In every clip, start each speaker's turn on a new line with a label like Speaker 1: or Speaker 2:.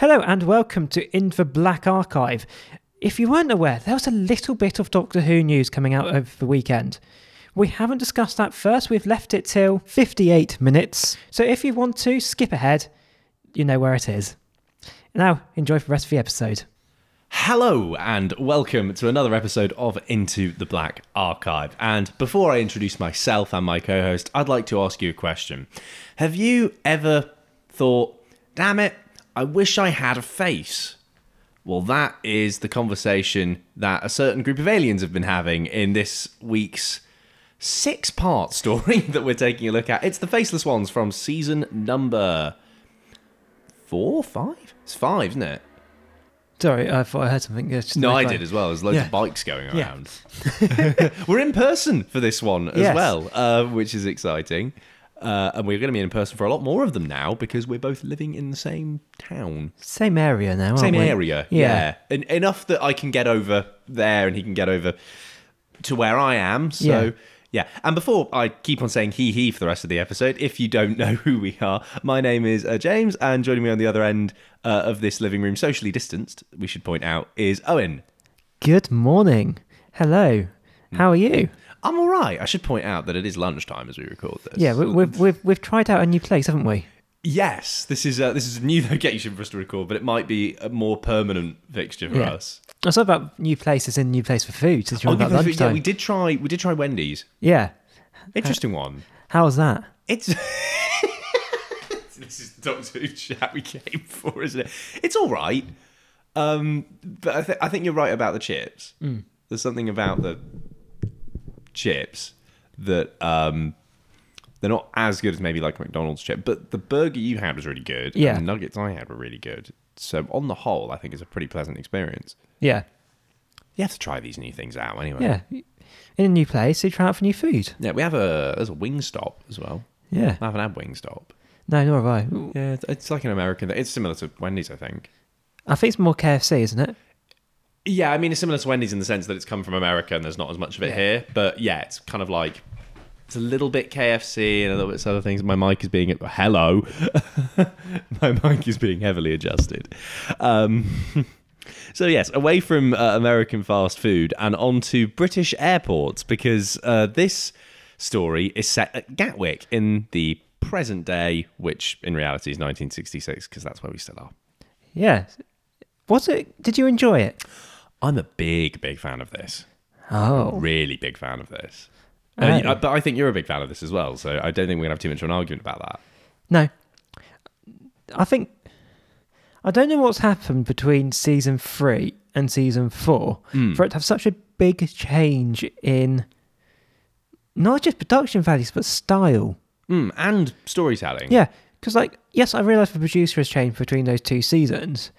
Speaker 1: Hello and welcome to In the Black Archive. If you weren't aware, there was a little bit of Doctor Who news coming out over the weekend. We haven't discussed that first, we've left it till 58 minutes. So if you want to skip ahead, you know where it is. Now, enjoy the rest of the episode.
Speaker 2: Hello and welcome to another episode of Into the Black Archive. And before I introduce myself and my co host, I'd like to ask you a question. Have you ever thought, damn it, I wish I had a face? Well, that is the conversation that a certain group of aliens have been having in this week's six part story that we're taking a look at. It's The Faceless Ones from season number four, five? It's five, isn't it?
Speaker 1: Sorry, I thought I heard something.
Speaker 2: No, I did as well. There's loads
Speaker 1: Yeah.
Speaker 2: of bikes going
Speaker 1: Yeah.
Speaker 2: around. we're in person for this one as
Speaker 1: Yes.
Speaker 2: well, uh, which is exciting. Uh, and we're going to be in person for a lot more of them now because we're both living in the same town,
Speaker 1: Same area now, aren't
Speaker 2: same
Speaker 1: we?
Speaker 2: area. Yeah. En- enough that I can get over there and he can get over to where I am. So.
Speaker 1: Yeah.
Speaker 2: Yeah. and before I keep on saying he he for the rest of the episode, if you don't know who we are, my name is uh, James, and joining me on the other end uh, of this living room, socially distanced, we should point out, is Owen.
Speaker 1: Good morning. Hello. How are
Speaker 2: Mm.
Speaker 1: you?
Speaker 2: I'm all right. I should point out that it is lunchtime as we record this.
Speaker 1: Yeah, we, we've, we've, we've tried out a new place, haven't we?
Speaker 2: yes, this is uh, this is a new location for us to record, but it might be a more permanent fixture for
Speaker 1: Yeah.
Speaker 2: us.
Speaker 1: I saw about new places and new place for food since you're on
Speaker 2: Oh,
Speaker 1: about
Speaker 2: yeah, we-
Speaker 1: lunchtime.
Speaker 2: yeah, we did try. We did try Wendy's.
Speaker 1: Yeah.
Speaker 2: Interesting one.
Speaker 1: How was that?
Speaker 2: It's. this is the Doctor Who chat we came for, isn't it? It's all right. Um, but I, th- I think you're right about the chips. There's something about the chips that um, they're not as good as maybe like a McDonald's chip, but the burger you had was really good.
Speaker 1: Yeah.
Speaker 2: And the nuggets I had were really good. So on the whole, I think it's a pretty pleasant experience.
Speaker 1: Yeah.
Speaker 2: You have to try these new things out anyway.
Speaker 1: Yeah. In a new place, you try out for new food.
Speaker 2: Yeah, we have a there's a wing stop as well.
Speaker 1: Yeah.
Speaker 2: I haven't had wing stop.
Speaker 1: No, nor have I.
Speaker 2: Yeah, it's- it's like an American. thing. It's similar to Wendy's, I think.
Speaker 1: I think it's more KFC, isn't it?
Speaker 2: Yeah, I mean, it's similar to Wendy's in the sense that it's come from America and there's not as much of it here. But yeah, it's kind of like it's a little bit KFC and a little bit some other things. My mic is being hello, my mic is being heavily adjusted. Um, so yes, away from uh, American fast food and onto British airports because uh, this story is set at Gatwick in the present day, which in reality is 1966 because that's where we still are.
Speaker 1: Yeah. Was it? Did you enjoy it?
Speaker 2: I'm a big, big fan of this.
Speaker 1: Oh.
Speaker 2: really big fan of this.
Speaker 1: Oh.
Speaker 2: Uh, you- but I think you're a big fan of this as well, so I don't think we're gonna have too much of an argument about that.
Speaker 1: No. I think. I don't know what's happened between season three and season four for it to have such a big change in not just production values, but style.
Speaker 2: Mm, and storytelling.
Speaker 1: Yeah, because like, yes, I realise the producer has changed between those two seasons,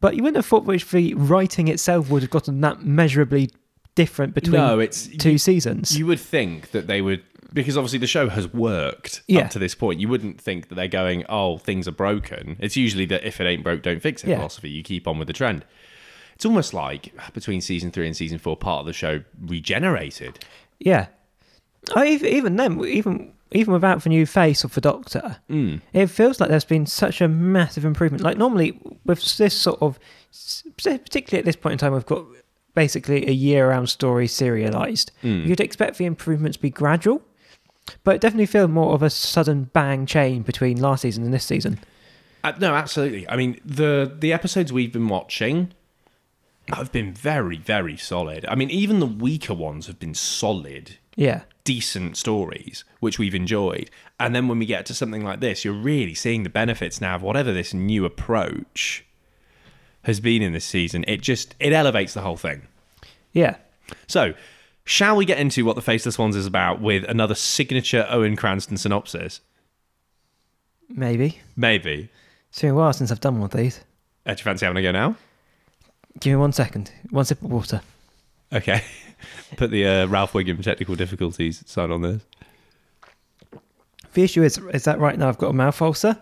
Speaker 1: but you wouldn't have thought which the writing itself would have gotten that measurably different between
Speaker 2: No, it's
Speaker 1: two seasons.
Speaker 2: You would think that they would, because obviously the show has worked
Speaker 1: Yeah.
Speaker 2: up to this point. You wouldn't think that they're going, "Oh, things are broken." It's usually that if it ain't broke, don't fix it
Speaker 1: Yeah.
Speaker 2: philosophy. You keep on with the trend. It's almost like between season three and season four, part of the show regenerated.
Speaker 1: yeah, I, ev- even then, even even without the new face of the Doctor, it feels like there's been such a massive improvement. Like normally with this sort of, s- particularly at this point in time, we've got basically a year-round story serialized. You'd expect the improvements to be gradual. But it definitely feel more of a sudden bang chain between last season and this season.
Speaker 2: Uh, no, absolutely. I mean, the the episodes we've been watching have been very, very solid. I mean, even the weaker ones have been solid,
Speaker 1: Yeah.
Speaker 2: decent stories, which we've enjoyed. And then when we get to something like this, you're really seeing the benefits now of whatever this new approach has been in this season. It just it elevates the whole thing.
Speaker 1: Yeah.
Speaker 2: So, shall we get into what the Faceless Ones is about with another signature Owen Cranston synopsis?
Speaker 1: Maybe.
Speaker 2: Maybe.
Speaker 1: It's been a while since I've done one of these.
Speaker 2: Uh, do you fancy having a go now?
Speaker 1: Give me one second. One sip of water.
Speaker 2: Okay. Put the uh, Ralph Wiggum technical difficulties sign on this.
Speaker 1: The issue is is that right now I've got a mouth ulcer.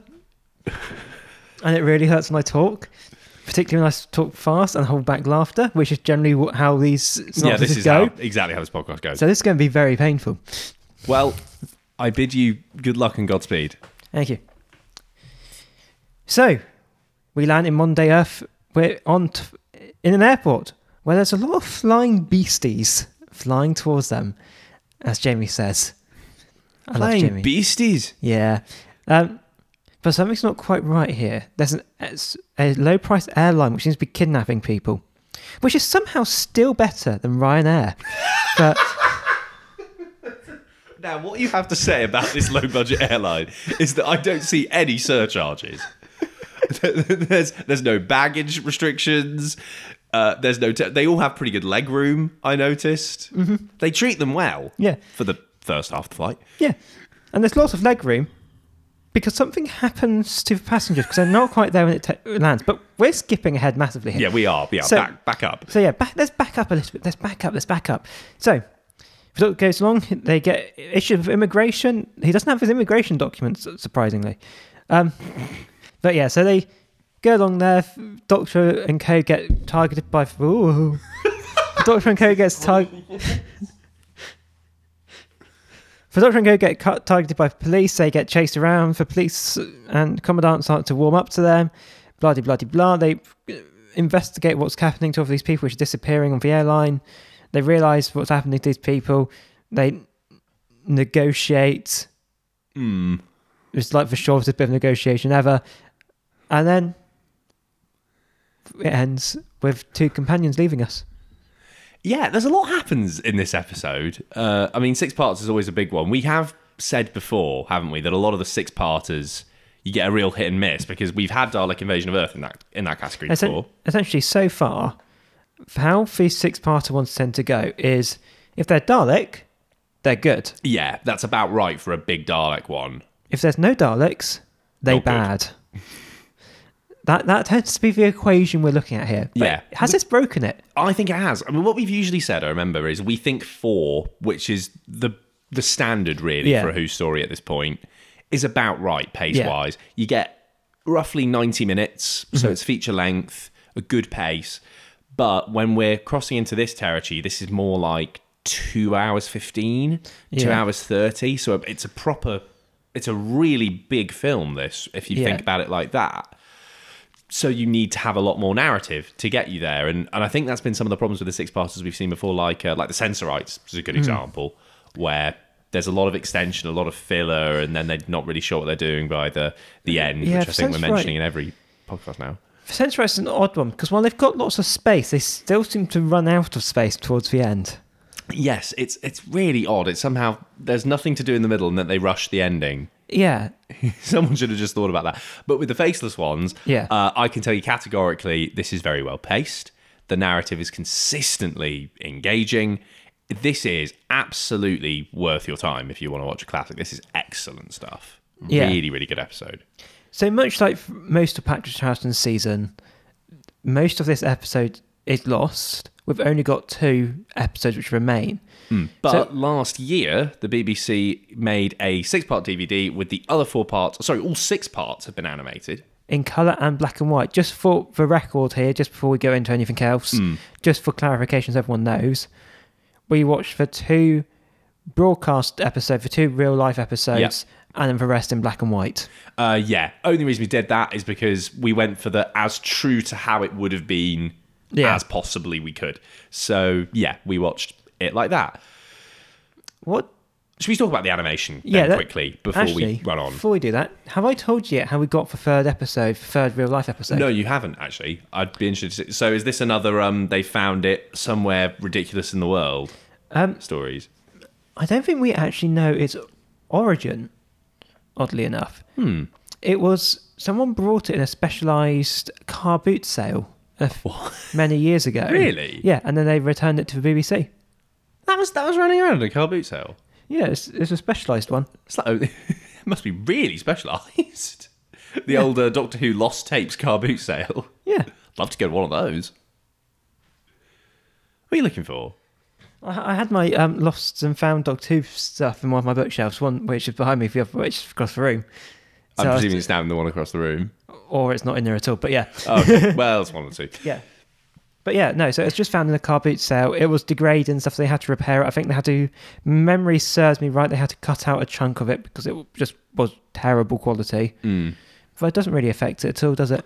Speaker 1: and it really hurts when I talk. Particularly when I s- talk fast and hold back laughter, which is generally wh- how these synopsises
Speaker 2: yeah, this is
Speaker 1: go.
Speaker 2: how, exactly how this podcast goes.
Speaker 1: So this is going to be very painful.
Speaker 2: well, I bid you good luck and Godspeed.
Speaker 1: Thank you. So, we land in Monday Earth. We're on t- in an airport where there's a lot of flying beasties flying towards them, as Jamie says. I love Jamie.
Speaker 2: Playing beasties.
Speaker 1: yeah, um, but something's not quite right here. There's an, it's a low-priced airline which seems to be kidnapping people, which is somehow still better than Ryanair. But
Speaker 2: Now, what you have to say about this low budget airline is that I don't see any surcharges. there's there's no baggage restrictions. Uh, there's no. Te- they all have pretty good leg room. I noticed. They treat them well.
Speaker 1: Mm-hmm. Yeah.
Speaker 2: For the first half of the flight.
Speaker 1: Yeah, and there's lots of leg room because something happens to the passengers because they're not quite there when it te- lands. But we're skipping ahead massively here.
Speaker 2: Yeah, we are. Yeah,
Speaker 1: So-
Speaker 2: back back up.
Speaker 1: So yeah, back, let's back up a little bit. Let's back up. Let's back up. So. If it goes along, they get issue of immigration. He doesn't have his immigration documents, surprisingly. Um, but yeah, so they go along there. Doctor and Co get targeted by. Ooh. Doctor and Co gets targeted. For Doctor and Co get cut, targeted by police, they get chased around. For police and commandants start to warm up to them. Blah de blah de blah. They investigate what's happening to all these people, which are disappearing on the airline. They realise what's happening to these people. They negotiate. It's like the shortest bit of negotiation ever, and then it ends with two companions leaving us.
Speaker 2: Yeah, there's a lot happens in this episode. Uh, I mean, six parts is always a big one. We have said before, haven't we, that a lot of the six parters you get a real hit and miss because we've had Dalek Invasion of Earth in that in that category
Speaker 1: Essen-
Speaker 2: before.
Speaker 1: essentially, so far, how these six-parter ones tend to go is if they're Dalek, they're good.
Speaker 2: Yeah, that's about right for a big Dalek one.
Speaker 1: If there's no Daleks, they
Speaker 2: Not good.
Speaker 1: bad. that that tends to be the equation we're looking at here. But
Speaker 2: Yeah.
Speaker 1: has this broken it?
Speaker 2: I think it has. I mean, what we've usually said, I remember, is we think four, which is the the standard really
Speaker 1: Yeah.
Speaker 2: for a Who story at this point, is about right pace wise. You get roughly ninety minutes,
Speaker 1: Mm-hmm.
Speaker 2: so it's feature length, a good pace. But when we're crossing into this territory, this is more like two hours fifteen, two
Speaker 1: Yeah.
Speaker 2: hours thirty. So it's a proper, it's a really big film. This, if you
Speaker 1: Yeah.
Speaker 2: think about it like that so you need to have a lot more narrative to get you there and and I think that's been some of the problems with the six parters we've seen before like uh, like the Sensorites is a good example where there's a lot of extension a lot of filler and then they're not really sure what they're doing by the the end
Speaker 1: Yeah,
Speaker 2: which I
Speaker 1: for
Speaker 2: think we're
Speaker 1: Sensorite-
Speaker 2: mentioning in every podcast now
Speaker 1: Central is an odd one because while they've got lots of space, they still seem to run out of space towards the end.
Speaker 2: yes it's it's really odd it's somehow there's nothing to do in the middle and that they rush the ending
Speaker 1: Yeah,
Speaker 2: Someone should have just thought about that. But with the faceless ones,
Speaker 1: Yeah.
Speaker 2: uh, I can tell you categorically this is very well paced. The narrative is consistently engaging. This is absolutely worth your time if you want to watch a classic. This is excellent stuff.
Speaker 1: Yeah.
Speaker 2: Really, really good episode.
Speaker 1: So much like most of Patrick Charlton's season, most of this episode is lost. We've only got two episodes which remain.
Speaker 2: But last year, the BBC made a six part DVD with the other four parts. Sorry, all six parts have been animated.
Speaker 1: in colour and black and white. Just for the record here, just before we go into anything else,
Speaker 2: Hmm.
Speaker 1: just for clarification so everyone knows, we watched the two broadcast episodes, the two real life episodes, and then the rest in black and white.
Speaker 2: Uh, yeah. Only reason we did that is because we went for the as true to how it would have been
Speaker 1: Yeah.
Speaker 2: as possibly we could. So yeah, we watched it like that.
Speaker 1: What?
Speaker 2: Should we talk about the animation then
Speaker 1: Yeah, that-
Speaker 2: quickly before
Speaker 1: actually,
Speaker 2: we run on?
Speaker 1: Before we do that, have I told you yet how we got the third episode, the third real life episode?
Speaker 2: No, you haven't actually. I'd be interested. to- So is this another um they found it somewhere ridiculous in the world um, stories?
Speaker 1: I don't think we actually know its origin, oddly enough. Hmm. It was someone brought it in a specialised car boot sale a f- many years ago.
Speaker 2: Really?
Speaker 1: Yeah, and then they returned it to the BBC.
Speaker 2: That was that was running around in a car boot sale.
Speaker 1: Yeah, it's, it's a specialised one.
Speaker 2: It's like oh, it must be really specialised. The old uh, Doctor Who lost tapes car boot sale.
Speaker 1: Yeah.
Speaker 2: Love to go to one of those. What are you looking for?
Speaker 1: I, I had my um, Lost and Found Doctor Who stuff in one of my bookshelves, one which is behind me, the other which is across the room.
Speaker 2: I'm
Speaker 1: So I-
Speaker 2: presuming it's now in the one across the room.
Speaker 1: Or it's not in there at all, but yeah.
Speaker 2: Oh, okay. well, it's one or two.
Speaker 1: Yeah. But yeah, no, so it was just found in a car boot sale. It was degraded and stuff. They had to repair it. I think they had to, memory serves me right, they had to cut out a chunk of it Hmm. because it just was terrible quality. But it doesn't really affect it at all, does it?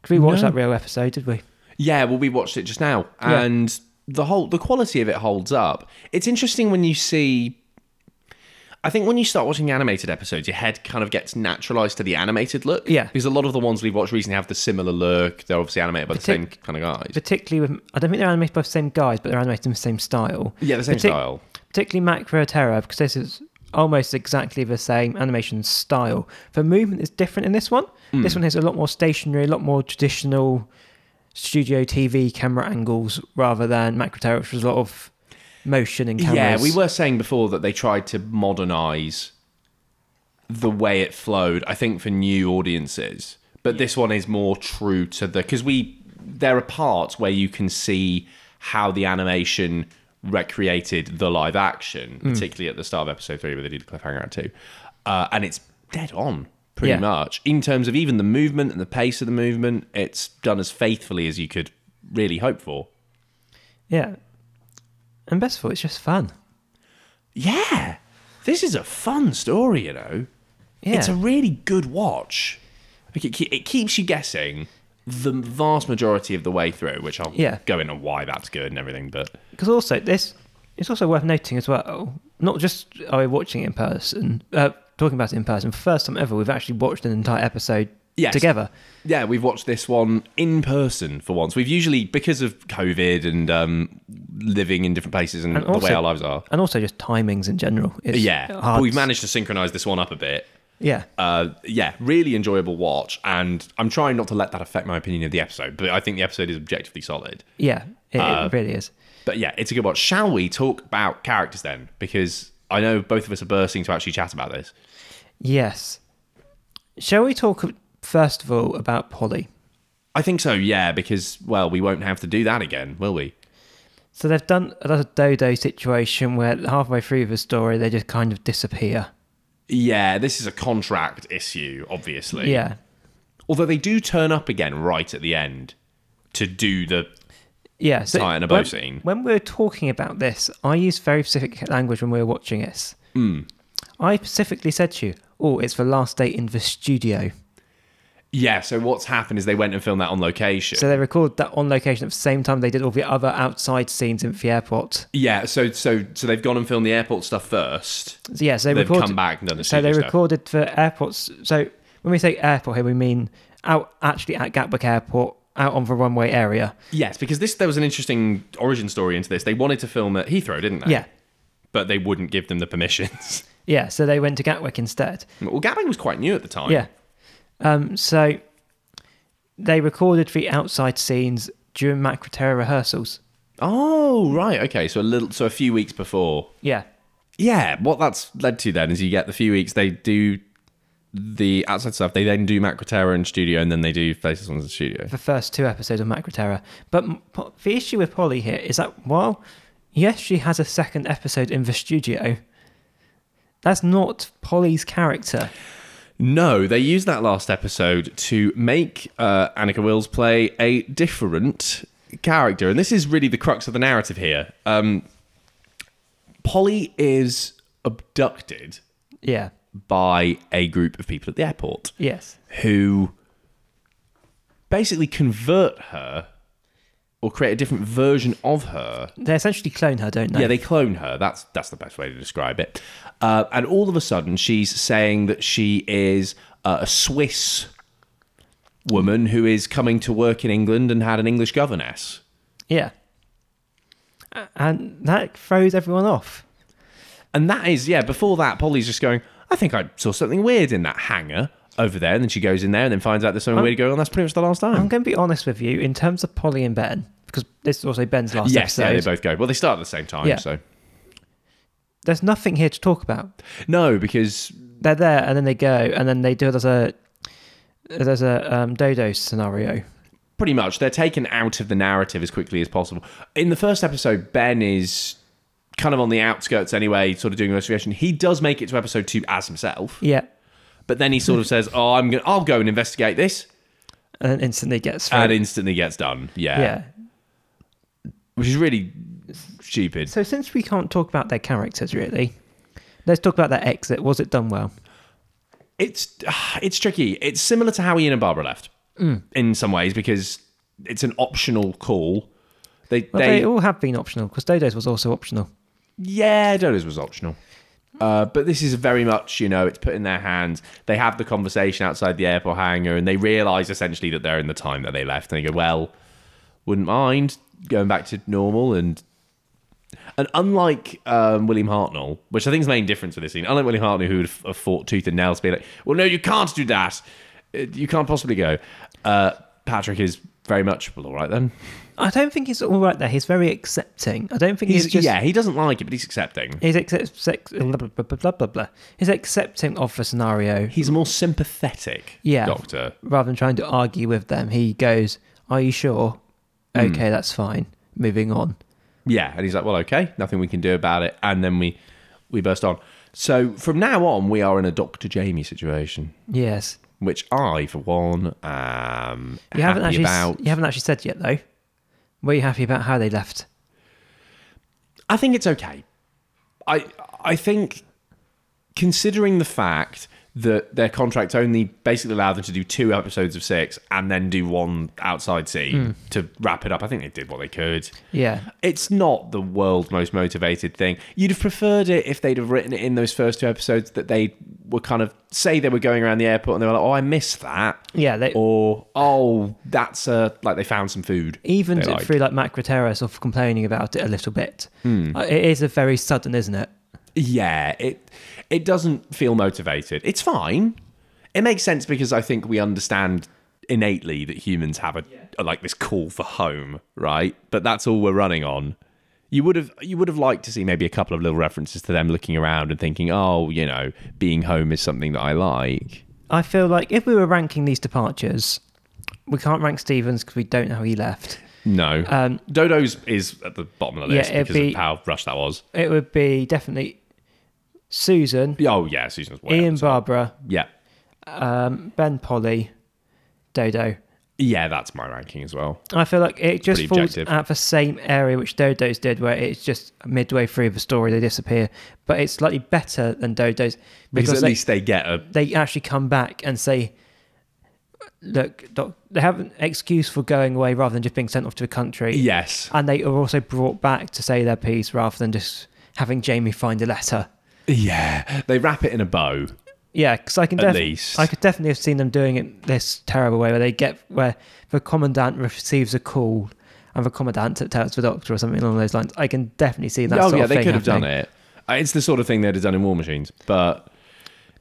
Speaker 1: Because we watched
Speaker 2: No.
Speaker 1: that real episode, did we?
Speaker 2: Yeah, well, we watched it just now,
Speaker 1: Yeah.
Speaker 2: and the whole the quality of it holds up. It's interesting when you see. I think when you start watching animated episodes, your head kind of gets naturalized to the animated look.
Speaker 1: Yeah.
Speaker 2: because a lot of the ones we've watched recently have the similar look. They're obviously animated by the same
Speaker 1: Partic-
Speaker 2: kind of guys.
Speaker 1: Particularly with, I don't think they're animated by the same guys, but they're animated in the same style.
Speaker 2: Yeah, the same
Speaker 1: Partic-
Speaker 2: style.
Speaker 1: Particularly Macro Terror, because this is almost exactly the same animation style. The movement is different in this one.
Speaker 2: Hmm.
Speaker 1: This one has a lot more stationary, a lot more traditional studio TV camera angles rather than Macro Terror, which was a lot of motion and cameras.
Speaker 2: Yeah, we were saying before that they tried to modernize the way it flowed. I think for new audiences, but this one is more true to the because we there are parts where you can see how the animation recreated the live action,
Speaker 1: Mm.
Speaker 2: particularly at the start of episode three where they did the cliffhanger at two, uh, and it's dead on. Pretty
Speaker 1: Yeah.
Speaker 2: much in terms of even the movement and the pace of the movement, it's done as faithfully as you could really hope for.
Speaker 1: Yeah. And best of all, it's just fun.
Speaker 2: Yeah, this is a fun story, you know.
Speaker 1: Yeah.
Speaker 2: It's a really good watch. Like it, ke- it keeps you guessing the vast majority of the way through, which I'll
Speaker 1: Yeah.
Speaker 2: go in on why that's good and everything. But
Speaker 1: Because also this, it's also worth noting as well. Not just are we watching it in person, uh, talking about it in person. For the first time ever, we've actually watched an entire episode
Speaker 2: Yes.
Speaker 1: together.
Speaker 2: yeah, we've watched this one in person for once. We've usually, because of COVID and um, living in different places and,
Speaker 1: And
Speaker 2: the way
Speaker 1: also-
Speaker 2: our lives are,
Speaker 1: And also just timings in general. It's
Speaker 2: yeah,
Speaker 1: hard.
Speaker 2: but we've managed to synchronize this one up a bit.
Speaker 1: Yeah,
Speaker 2: Uh, yeah, really enjoyable watch, and I'm trying not to let that affect my opinion of the episode. But I think the episode is objectively solid.
Speaker 1: yeah, it,
Speaker 2: Uh,
Speaker 1: it really is.
Speaker 2: But yeah, it's a good watch. Shall we talk about characters then? Because I know both of us are bursting to actually chat about this.
Speaker 1: Yes. Shall we talk first of all about Polly?
Speaker 2: I think so, yeah, because, well, we won't have to do that again, will we?
Speaker 1: So they've done another dodo situation where halfway through the story they just kind of disappear.
Speaker 2: Yeah, this is a contract issue, obviously.
Speaker 1: Yeah,
Speaker 2: Although they do turn up again right at the end to do the.
Speaker 1: Yeah, so
Speaker 2: Tie in a bow
Speaker 1: when,
Speaker 2: scene.
Speaker 1: When we were talking about this, I used very specific language when we were watching it.
Speaker 2: Hmm.
Speaker 1: I specifically said to you, "Oh, it's the last day in the studio."
Speaker 2: Yeah, so what's happened is they went and filmed that on location.
Speaker 1: So they recorded that on location at the same time they did all the other outside scenes in the airport.
Speaker 2: yeah, so so so they've gone and filmed the airport stuff first.
Speaker 1: So yeah, so they
Speaker 2: They've
Speaker 1: recorded.
Speaker 2: come back and done the
Speaker 1: so they
Speaker 2: studio stuff.
Speaker 1: recorded the airports. So when we say airport here, we mean out actually at Gatwick Airport, out on the runway area.
Speaker 2: Yes, because this there was an interesting origin story into this. They wanted to film at Heathrow, didn't they?
Speaker 1: Yeah,
Speaker 2: But they wouldn't give them the permissions.
Speaker 1: yeah. So they went to Gatwick instead.
Speaker 2: Well, Gatwick was quite new at the time.
Speaker 1: Yeah. Um, so they recorded the outside scenes during Macroterra rehearsals.
Speaker 2: Oh, right. Okay. So a little, so a few weeks before.
Speaker 1: Yeah.
Speaker 2: Yeah. What that's led to then is you get the few weeks they do the outside stuff. They then do Macroterra in studio, and then they do Places Ones in studio.
Speaker 1: The first two episodes of Macroterra. But m- po- the issue with Polly here is that while, yes, she has a second episode in the studio, that's not Polly's character.
Speaker 2: No, they used that last episode to make uh, Annika Wills play a different character, and this is really the crux of the narrative here. Um, Polly is abducted
Speaker 1: Yeah.
Speaker 2: by a group of people at the airport.
Speaker 1: Yes.
Speaker 2: who basically convert her or create a different version of her.
Speaker 1: They essentially clone her, don't they?
Speaker 2: Yeah, they clone her. That's that's the best way to describe it. Uh, and all of a sudden, she's saying that she is uh, a Swiss woman who is coming to work in England and had an English governess.
Speaker 1: yeah. A- And that throws everyone off.
Speaker 2: And that is, yeah, before that, Polly's just going, I think I saw something weird in that hangar over there. And then she goes in there and then finds out there's something weird going on. That's pretty much the last time.
Speaker 1: I'm going to be honest with you, in terms of Polly and Ben, because this is also Ben's last
Speaker 2: yes, yeah,
Speaker 1: episode.
Speaker 2: they both go. Well, they start at the same time,
Speaker 1: Yeah.
Speaker 2: so.
Speaker 1: there's nothing here to talk about.
Speaker 2: No, because
Speaker 1: they're there and then they go and then they do there's a there's a um, dodo scenario
Speaker 2: pretty much they're taken out of the narrative as quickly as possible. In the first episode, Ben is kind of on the outskirts anyway, sort of doing investigation. He does make it to episode two as himself,
Speaker 1: yeah
Speaker 2: but then he sort of says, "Oh, I'm gonna, I'll go and investigate this,"
Speaker 1: and then instantly gets thrown.
Speaker 2: and instantly gets done. Yeah,
Speaker 1: yeah
Speaker 2: which is really stupid.
Speaker 1: so since we can't talk about their characters really let's talk about their exit was it done well
Speaker 2: It's it's tricky. It's similar to how Ian and Barbara left.
Speaker 1: Mm.
Speaker 2: in some ways because it's an optional call. They,
Speaker 1: Well,
Speaker 2: they,
Speaker 1: they, all have been optional because Dodo's was also optional.
Speaker 2: yeah, Dodo's was optional. Uh, but this is very much, you know, it's put in their hands. They have the conversation outside the airport hangar and they realise essentially that they're in the time that they left. And they go, well, wouldn't mind going back to normal. And and unlike um, William Hartnell, which I think is the main difference with this scene, unlike William Hartnell, who would f- have fought tooth and nail to be like, well, no, you can't do that. Uh, You can't possibly go. Uh, Patrick is very much, well, all right then.
Speaker 1: I don't think he's all right there. He's very accepting. I don't think he's,
Speaker 2: He's,
Speaker 1: just.
Speaker 2: yeah, he doesn't like it, but he's accepting.
Speaker 1: He's, accept, sex- blah, blah, blah, blah, blah, blah. he's accepting of the scenario
Speaker 2: He's a more sympathetic
Speaker 1: Yeah.
Speaker 2: doctor.
Speaker 1: rather than trying to argue with them. He goes, Are you sure?
Speaker 2: Hmm.
Speaker 1: Okay, that's fine. Moving on.
Speaker 2: Yeah, and he's like, "Well, okay, nothing we can do about it." And then we we burst on. So from now on, we are in a Doctor Jamie situation,
Speaker 1: Yes.
Speaker 2: which I, for one, am
Speaker 1: You
Speaker 2: happy
Speaker 1: haven't actually
Speaker 2: about.
Speaker 1: you haven't actually said yet though. Were you happy about how they left?
Speaker 2: I think it's okay. I I think considering the fact that their contract only basically allowed them to do two episodes of six and then do one outside
Speaker 1: Hmm.
Speaker 2: scene to wrap it up, I think they did what they could.
Speaker 1: Yeah.
Speaker 2: It's not the world's most motivated thing. You'd have preferred it if they'd have written it in those first two episodes that they were kind of say they were going around the airport and they were like, "Oh, I missed that,"
Speaker 1: Yeah, they
Speaker 2: or "Oh, that's a like they found some food."
Speaker 1: even
Speaker 2: they liked.
Speaker 1: through like Mac Gutierrez of complaining about it a little bit.
Speaker 2: Hmm.
Speaker 1: Uh, It is a very sudden, isn't it?
Speaker 2: yeah, it it doesn't feel motivated. It's fine. It makes sense because I think we understand innately that humans have a, a like this call for home, right? But that's all we're running on. You would have you would have liked to see maybe a couple of little references to them looking around and thinking, "Oh, you know, being home is something that I like."
Speaker 1: I feel like if we were ranking these departures, we can't rank Stevens because we don't know how he left.
Speaker 2: No.
Speaker 1: Um,
Speaker 2: Dodo's is at the bottom of the
Speaker 1: Yeah,
Speaker 2: list
Speaker 1: it'd
Speaker 2: because
Speaker 1: be-
Speaker 2: of how rushed that was.
Speaker 1: It would be definitely Susan,
Speaker 2: Oh, yeah, Susan's way. up
Speaker 1: Ian
Speaker 2: as well.
Speaker 1: Barbara,
Speaker 2: Yeah.
Speaker 1: um, Ben Polly, Dodo.
Speaker 2: Yeah, that's my ranking as well.
Speaker 1: I feel like it just
Speaker 2: pretty
Speaker 1: falls
Speaker 2: objective.
Speaker 1: at the same area which Dodo's did, where it's just midway through the story they disappear. But it's slightly better than Dodo's
Speaker 2: Because, at
Speaker 1: they,
Speaker 2: least they get a
Speaker 1: they actually come back and say, "Look, doc, they have an excuse for going away rather than just being sent off to a country."
Speaker 2: yes.
Speaker 1: And they are also brought back to say their piece rather than just having Jamie find a letter.
Speaker 2: Yeah, they wrap it in a bow.
Speaker 1: Yeah, because I can
Speaker 2: At
Speaker 1: definitely,
Speaker 2: least.
Speaker 1: I could definitely have seen them doing it this terrible way, where they get where the commandant receives a call and the commandant tells the doctor or something along those lines. I can definitely see that.
Speaker 2: oh
Speaker 1: sort
Speaker 2: yeah,
Speaker 1: of
Speaker 2: they
Speaker 1: thing
Speaker 2: could have done
Speaker 1: happening.
Speaker 2: it. Uh, It's the sort of thing they'd have done in War Machines, but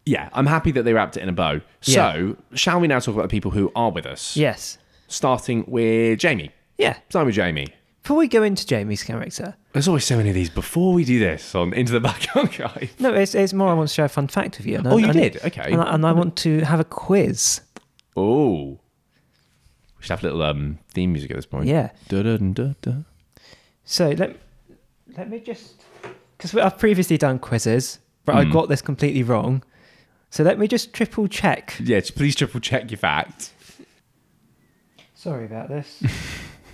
Speaker 2: yeah, I'm happy that they wrapped it in a bow. So, shall we now talk about the people who are with us?
Speaker 1: Yes.
Speaker 2: Starting with Jamie.
Speaker 1: Yeah.
Speaker 2: Starting with Jamie.
Speaker 1: Before we go into Jamie's character,
Speaker 2: There's always so many of these. Before we do this on Into the Backyard Guy.
Speaker 1: no, it's, it's more. I want to share a fun fact with you. And I-
Speaker 2: Oh, you
Speaker 1: and-
Speaker 2: did? Okay.
Speaker 1: And I, and I want to have a quiz.
Speaker 2: Oh. We should have little um, theme music at this point.
Speaker 1: Yeah.
Speaker 2: Da-da-da-da-da.
Speaker 1: So let let me just because I've previously done quizzes, but
Speaker 2: Hmm.
Speaker 1: I got this completely wrong. So let me just triple check.
Speaker 2: Yeah, just please triple check your fact.
Speaker 1: Sorry about this.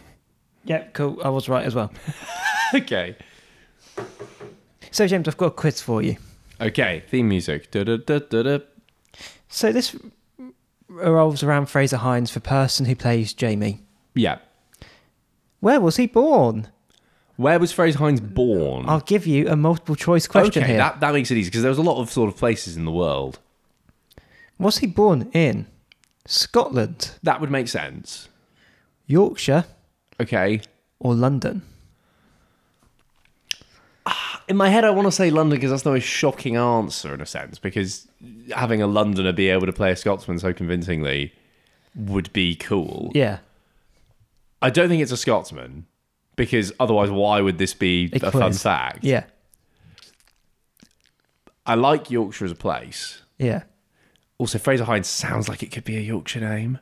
Speaker 1: yep, cool. I was right as well.
Speaker 2: okay.
Speaker 1: So, James, I've got a quiz for you.
Speaker 2: Okay, theme music. Da-da-da-da-da.
Speaker 1: So, this revolves around Fraser Hines, the person who plays Jamie.
Speaker 2: Yeah.
Speaker 1: Where was he born?
Speaker 2: Where was Fraser Hines born?
Speaker 1: I'll give you a multiple choice question
Speaker 2: okay,
Speaker 1: here.
Speaker 2: That, that makes it easy because there was a lot of sort of places in the world.
Speaker 1: Was he born in Scotland,
Speaker 2: That would make sense.
Speaker 1: Yorkshire,
Speaker 2: Okay.
Speaker 1: or London?
Speaker 2: In my head, I want to say London because that's the most shocking answer in a sense because having a Londoner be able to play a Scotsman so convincingly would be cool.
Speaker 1: Yeah.
Speaker 2: I don't think it's a Scotsman because otherwise, why would this be
Speaker 1: A
Speaker 2: a, fun
Speaker 1: quiz.
Speaker 2: fact?
Speaker 1: Yeah.
Speaker 2: I like Yorkshire as a place.
Speaker 1: Yeah.
Speaker 2: Also, Fraser Hines sounds like it could be a Yorkshire name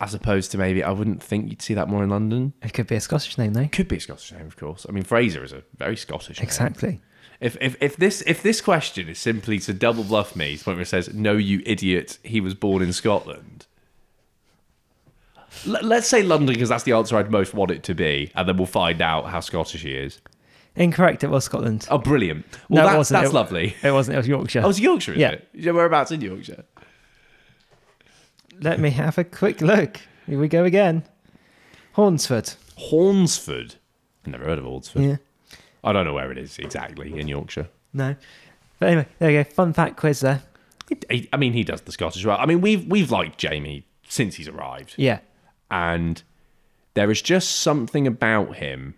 Speaker 2: as opposed to maybe I wouldn't think you'd see that more in London.
Speaker 1: It could be a Scottish name, though.
Speaker 2: Could be a Scottish name, of course. I mean, Fraser is a very Scottish name.
Speaker 1: Exactly.
Speaker 2: If, if if this if this question is simply to double bluff me, to the point where it says, "No, you idiot, he was born in Scotland." L- let's say London because that's the answer I'd most want it to be, and then we'll find out how Scottish he is.
Speaker 1: Incorrect. It was Scotland.
Speaker 2: Oh, brilliant! Well,
Speaker 1: it
Speaker 2: that-
Speaker 1: wasn't.
Speaker 2: that's
Speaker 1: It-
Speaker 2: lovely.
Speaker 1: It wasn't. It was Yorkshire.
Speaker 2: Oh, it's Yorkshire, is
Speaker 1: Yeah.
Speaker 2: it? Yeah, whereabouts in Yorkshire?
Speaker 1: Let me have a quick look. Here we go again. Hornsford.
Speaker 2: Hornsford. I've never heard of Hornsford.
Speaker 1: Yeah.
Speaker 2: I don't know where it is exactly in Yorkshire.
Speaker 1: No. But anyway, there you go. Fun fact quiz there.
Speaker 2: He, I mean, he does the Scottish well. I mean, we've we've liked Jamie since he's arrived,
Speaker 1: Yeah.
Speaker 2: and there is just something about him,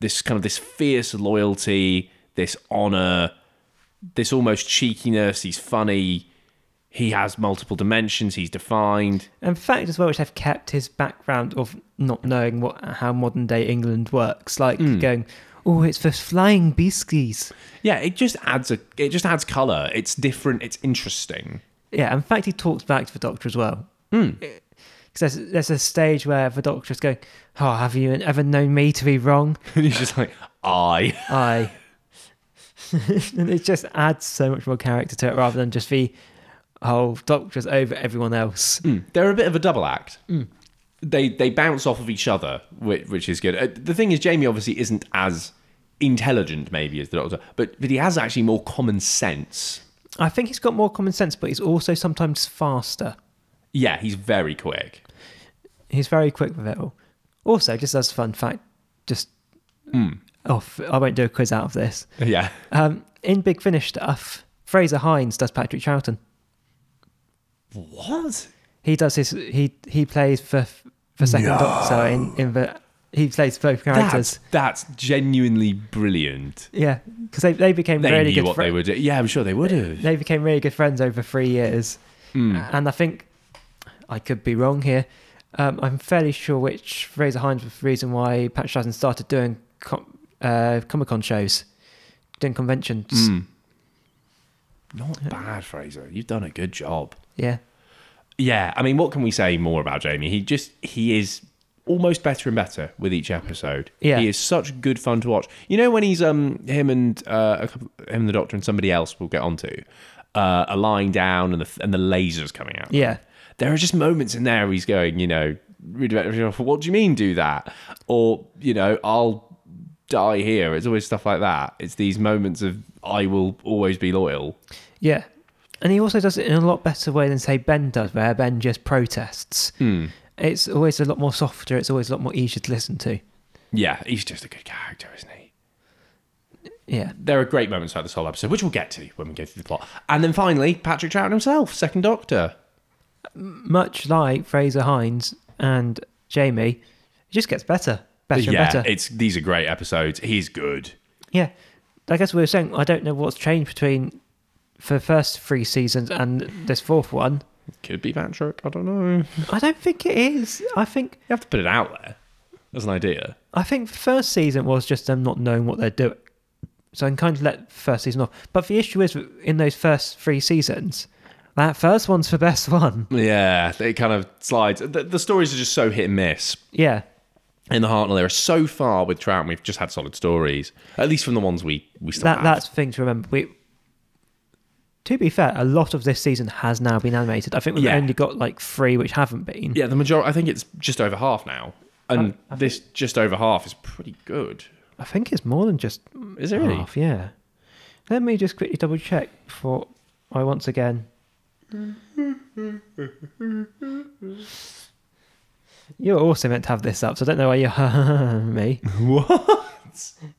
Speaker 2: this kind of this fierce loyalty, this honor, this almost cheekiness. He's funny. He has multiple dimensions. He's defined.
Speaker 1: And fact as well, which have kept his background of not knowing what how modern day England works, like going, oh, it's the flying beasties.
Speaker 2: Yeah, it just adds a it just adds color. It's different. It's interesting.
Speaker 1: Yeah, in fact, he talks back to the doctor as well. Because there's, there's a stage where the doctor's going, oh, have you ever known me to be wrong?
Speaker 2: And he's just like I.
Speaker 1: I. and it just adds so much more character to it rather than just the whole doctor's over everyone else.
Speaker 2: They're a bit of a double act. They they bounce off of each other, which, which is good. Uh, the thing is, Jamie obviously isn't as intelligent, maybe, as the Doctor, but but he has actually more common sense.
Speaker 1: I think he's got more common sense, but he's also sometimes faster.
Speaker 2: Yeah, he's very quick.
Speaker 1: He's very quick with it all. Also, just as a fun fact, just
Speaker 2: Hmm.
Speaker 1: oh, f- I won't do a quiz out of this.
Speaker 2: Yeah,
Speaker 1: Um, in Big Finish stuff, Fraser Hines does Patrick Charlton.
Speaker 2: what?
Speaker 1: He does his he he plays for for second Doctor in in the he plays both characters.
Speaker 2: That's that's genuinely brilliant.
Speaker 1: Yeah, because they they became
Speaker 2: They
Speaker 1: really
Speaker 2: knew
Speaker 1: good.
Speaker 2: what
Speaker 1: fri-
Speaker 2: they were doing. Yeah, I'm sure they would have.
Speaker 1: they became really good friends over three years. And I think I could be wrong here. Um, I'm fairly sure which Fraser Hines was the reason why Pat Charlton started doing com- uh, Comic Con shows, doing conventions.
Speaker 2: Not bad, Fraser. You've done a good job.
Speaker 1: Yeah.
Speaker 2: Yeah, I mean, what can we say more about Jamie? He just he is almost better and better with each episode.
Speaker 1: Yeah.
Speaker 2: he is such good fun to watch. You know when he's um him and uh a couple, him and the doctor and somebody else we'll get onto uh are lying down and the and the lasers coming out.
Speaker 1: Yeah.
Speaker 2: there are just moments in there where he's going, you know, what do you mean do that? Or you know, I'll die here. It's always stuff like that. It's these moments of I will always be loyal.
Speaker 1: Yeah. And he also does it in a lot better way than, say, Ben does, where Ben just protests. It's always a lot more softer. It's always a lot more easier to listen to.
Speaker 2: Yeah, he's just a good character, isn't he?
Speaker 1: Yeah.
Speaker 2: there are great moments throughout this whole episode, which we'll get to when we go through the plot. And then finally, Patrick Troughton himself, Second Doctor.
Speaker 1: Much like Fraser Hines and Jamie, it just gets better, better and better.
Speaker 2: it's these are great episodes. He's good.
Speaker 1: Yeah, I guess we were saying I don't know what's changed between for the first three seasons and this fourth one.
Speaker 2: Could be Patrick. I don't know. You
Speaker 1: I don't think it is. I think
Speaker 2: have to put it out there as an idea.
Speaker 1: I think the first season was just them not knowing what they're doing, so I can kind of let the first season off. But the issue is in those first three seasons, that first one's the best one.
Speaker 2: Yeah, it kind of slides. The, the stories are just so hit and miss.
Speaker 1: Yeah,
Speaker 2: In the Hartnell era, so far with Troughton, we've just had solid stories, at least from the ones we we still
Speaker 1: that
Speaker 2: have.
Speaker 1: that's the thing to remember. We, to be fair, a lot of this season has now been animated. I think we've
Speaker 2: Yeah.
Speaker 1: only got like three which haven't been.
Speaker 2: yeah, the majority. I think it's just over half now, and this just over half is pretty good.
Speaker 1: I think it's more than just
Speaker 2: Is it really?
Speaker 1: half, yeah. Let me just quickly double check before I once again. You're also meant to have this up, so I don't know why you're me.
Speaker 2: What?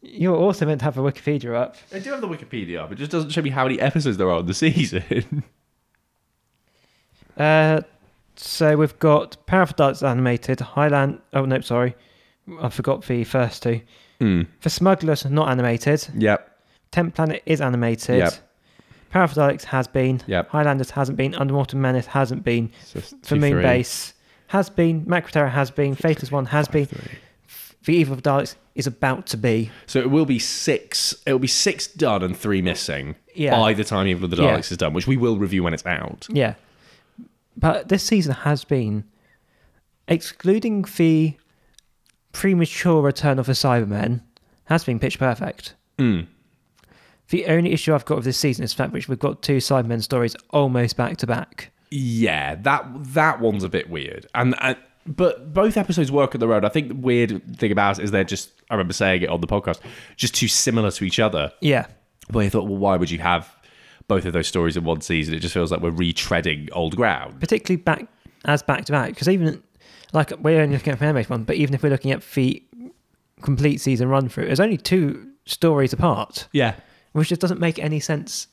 Speaker 1: You're also meant to have a Wikipedia up.
Speaker 2: I do have the Wikipedia up. It just doesn't show me how many episodes there are on the season.
Speaker 1: Uh, so we've got Power of the Dark's animated, Highland. Oh, no, sorry. I forgot the first two.
Speaker 2: Hmm.
Speaker 1: For Smugglers, not animated.
Speaker 2: yep.
Speaker 1: Tenth Planet is animated.
Speaker 2: Yep.
Speaker 1: Power of the Daleks has been.
Speaker 2: Yep.
Speaker 1: Highlanders hasn't been. Underwater Menace hasn't been.
Speaker 2: So it's
Speaker 1: For
Speaker 2: two,
Speaker 1: Moon
Speaker 2: three.
Speaker 1: Base has been. Macroterra has been. Faithless One has been. The Evil of the Daleks is about to be.
Speaker 2: So it will be six. It will be six done and three missing
Speaker 1: Yeah.
Speaker 2: by the time Evil of the Daleks
Speaker 1: Yeah.
Speaker 2: is done, which we will review when it's out.
Speaker 1: Yeah. But this season has been, excluding the premature return of the Cybermen, has been pitch perfect.
Speaker 2: Hmm.
Speaker 1: The only issue I've got with this season is the fact which we've got two Cybermen stories almost back to back.
Speaker 2: Yeah, that that one's a bit weird. And, and but both episodes work on their own. I think the weird thing about it is they're just. I remember saying it on the podcast, just too similar to each other.
Speaker 1: Yeah.
Speaker 2: But I thought, well, why would you have? both of those stories in one season. It just feels like we're retreading old ground.
Speaker 1: particularly back as back to back because even like we're only looking at fan based one, but even if we're looking at the complete season run through, it's only two stories apart,
Speaker 2: Yeah.
Speaker 1: which just doesn't make any sense.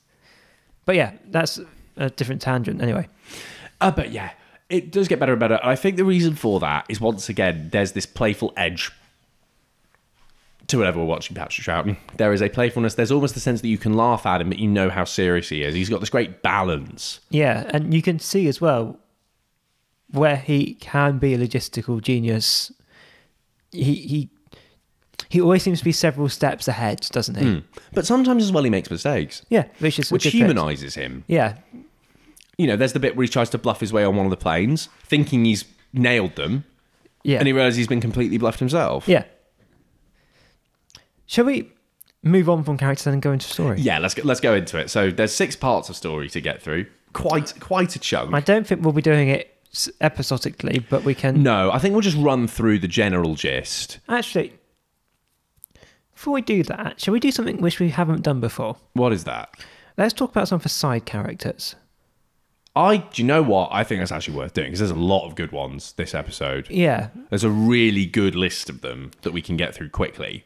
Speaker 1: But yeah, that's a different tangent anyway.
Speaker 2: Uh, but yeah, it does get better and better. I think the reason for that is once again, there's this playful edge to whatever we're watching Patrick Troughton. There is a playfulness. There's almost the sense that you can laugh at him, but you know how serious he is. He's got this great balance.
Speaker 1: Yeah, and you can see as well where he can be a logistical genius. He he he always seems to be several steps ahead, doesn't he?
Speaker 2: But sometimes as well, he makes mistakes,
Speaker 1: Yeah, which is a
Speaker 2: which
Speaker 1: good thing.
Speaker 2: humanizes him.
Speaker 1: Yeah,
Speaker 2: You know, there's the bit where he tries to bluff his way on one of the planes, thinking he's nailed them,
Speaker 1: yeah.
Speaker 2: and he realizes he's been completely bluffed himself.
Speaker 1: Yeah. Shall we move on from characters and go into story?
Speaker 2: Yeah, let's go, let's go into it. So there's six parts of story to get through. Quite quite a chunk.
Speaker 1: I don't think we'll be doing it s- episodically, but we can.
Speaker 2: No, I think we'll just run through the general gist.
Speaker 1: Actually, before we do that, shall we do something which we haven't done before?
Speaker 2: What is that?
Speaker 1: Let's talk about some of the side characters.
Speaker 2: I do you know what? I think that's actually worth doing because there's a lot of good ones this episode.
Speaker 1: Yeah.
Speaker 2: There's a really good list of them that we can get through quickly.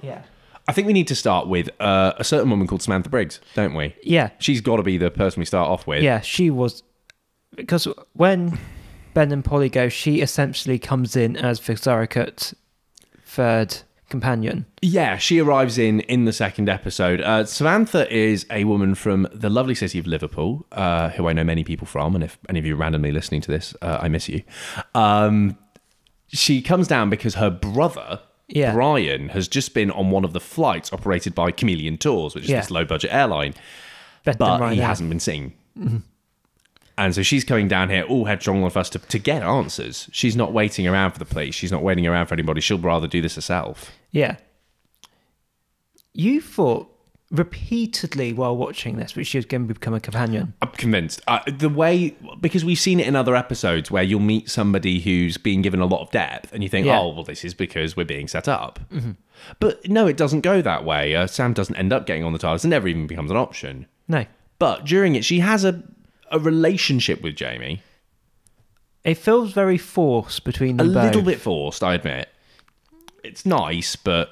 Speaker 1: Yeah.
Speaker 2: I think we need to start with uh, a certain woman called Samantha Briggs, don't we?
Speaker 1: Yeah.
Speaker 2: She's got to be the person we start off with.
Speaker 1: Yeah. She was. Because when Ben and Polly go, she essentially comes in as the surrogate third companion.
Speaker 2: Yeah, she arrives in in the second episode. Uh, Samantha is a woman from the lovely city of Liverpool, uh, who I know many people from. And if any of you are randomly listening to this, uh, I miss you. Um, she comes down because her brother.
Speaker 1: Yeah.
Speaker 2: Brian has just been on one of the flights operated by Chameleon Tours, which is
Speaker 1: Yeah.
Speaker 2: this low budget airline,
Speaker 1: Better than
Speaker 2: but he
Speaker 1: Ryanair.
Speaker 2: hasn't been seen.
Speaker 1: Mm-hmm.
Speaker 2: And so she's coming down here all headstrong on us to, to get answers. She's not waiting around for the police. She's not waiting around for anybody. She'll rather do this herself.
Speaker 1: Yeah. You thought repeatedly while watching this, which she was going to become a companion.
Speaker 2: I'm convinced. Uh, the way, because we've seen it in other episodes where you'll meet somebody who's being given a lot of depth and you think,
Speaker 1: Yeah. Mm-hmm.
Speaker 2: oh, well, this is because we're being set up. But no, it doesn't go that way. Uh, Sam doesn't end up getting on the TARDIS. It never even becomes an option.
Speaker 1: No,
Speaker 2: But during it, she has a, a relationship with Jamie.
Speaker 1: it feels very forced between
Speaker 2: A
Speaker 1: them both.
Speaker 2: little bit forced, I admit. It's nice, but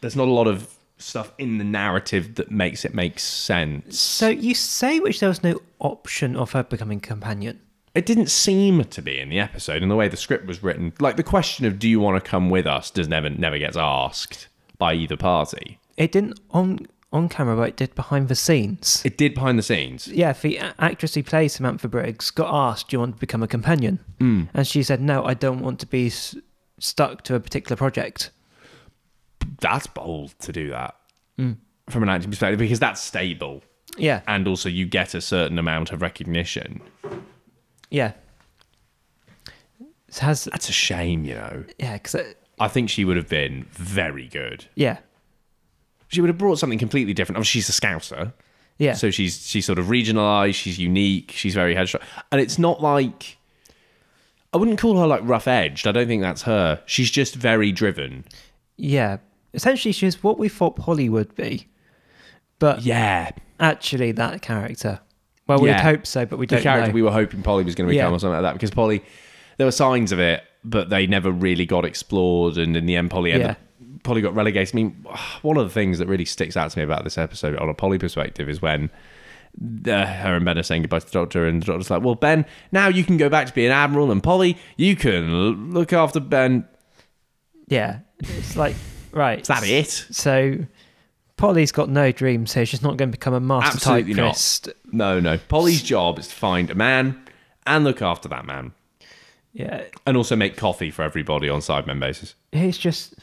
Speaker 2: there's not a lot of stuff in the narrative that makes it make sense.
Speaker 1: So you say which there was no option of her becoming companion.
Speaker 2: it didn't seem to be in the episode in the way the script was written. Like the question of "Do you want to come with us?" does never never gets asked by either party.
Speaker 1: It didn't on on camera, but it did behind the scenes.
Speaker 2: It did behind the scenes.
Speaker 1: yeah, the a- actress who plays Samantha Briggs got asked, "Do you want to become a companion?"
Speaker 2: Hmm.
Speaker 1: Mm. And she said, "No, I don't want to be s- stuck to a particular project."
Speaker 2: That's bold to do that from an acting perspective because that's stable,
Speaker 1: Yeah,
Speaker 2: and also you get a certain amount of recognition.
Speaker 1: yeah. It has
Speaker 2: That's a shame, you know.
Speaker 1: yeah, because
Speaker 2: I think she would have been very good.
Speaker 1: yeah,
Speaker 2: She would have brought something completely different. Oh, she's a scouser.
Speaker 1: yeah.
Speaker 2: So she's she's sort of regionalized. She's unique. She's very headstrong, and it's not like I wouldn't call her like rough edged. I don't think that's her. She's just very driven.
Speaker 1: Yeah. Essentially, she's what we thought Polly would be, but
Speaker 2: Yeah,
Speaker 1: actually that character. Well, we'd
Speaker 2: Yeah.
Speaker 1: hope so, but we
Speaker 2: the
Speaker 1: don't
Speaker 2: character
Speaker 1: know.
Speaker 2: we were hoping Polly was going to become
Speaker 1: Yeah.
Speaker 2: or something like that. Because Polly, there were signs of it, but they never really got explored. And in the end, Polly ended
Speaker 1: Yeah.
Speaker 2: up Polly got relegated. I mean, one of the things that really sticks out to me about this episode, on a Polly perspective, is when uh, her and Ben are saying goodbye to the doctor, and the doctor's like, "Well, Ben, now you can go back to being admiral, and Polly, you can l- look after Ben."
Speaker 1: yeah, it's like right.
Speaker 2: Is that it?
Speaker 1: So Polly's got no dreams here. She's not going to become a master
Speaker 2: Absolutely not.
Speaker 1: typist.
Speaker 2: No, no. Polly's job is to find a man and look after that man,
Speaker 1: Yeah,
Speaker 2: and also make coffee for everybody on sidemen basis.
Speaker 1: it's just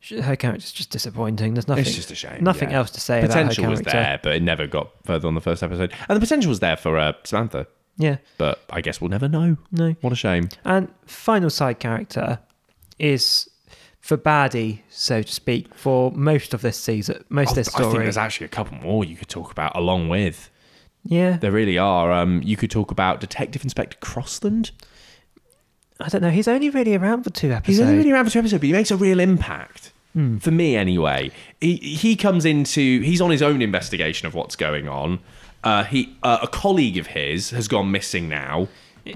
Speaker 1: sh- her character's just disappointing. There's nothing.
Speaker 2: It's just a shame.
Speaker 1: Nothing
Speaker 2: yeah.
Speaker 1: else to say about
Speaker 2: Potential
Speaker 1: her
Speaker 2: was
Speaker 1: character.
Speaker 2: there, but it never got further on the first episode. And the potential was there for uh, Samantha,
Speaker 1: Yeah,
Speaker 2: but I guess we'll never know.
Speaker 1: no.
Speaker 2: What a shame.
Speaker 1: And final side character is for baddie, so to speak, for most of this season, most of this
Speaker 2: I think
Speaker 1: story.
Speaker 2: there's actually a couple more you could talk about along with.
Speaker 1: yeah,
Speaker 2: There really are. Um, you could talk about Detective Inspector Crossland.
Speaker 1: I don't know. He's only really around for two episodes.
Speaker 2: He's only really around for two episodes, but he makes a real impact.
Speaker 1: Hmm.
Speaker 2: For me, anyway, he he comes into he's on his own investigation of what's going on. Uh, he uh, a colleague of his has gone missing now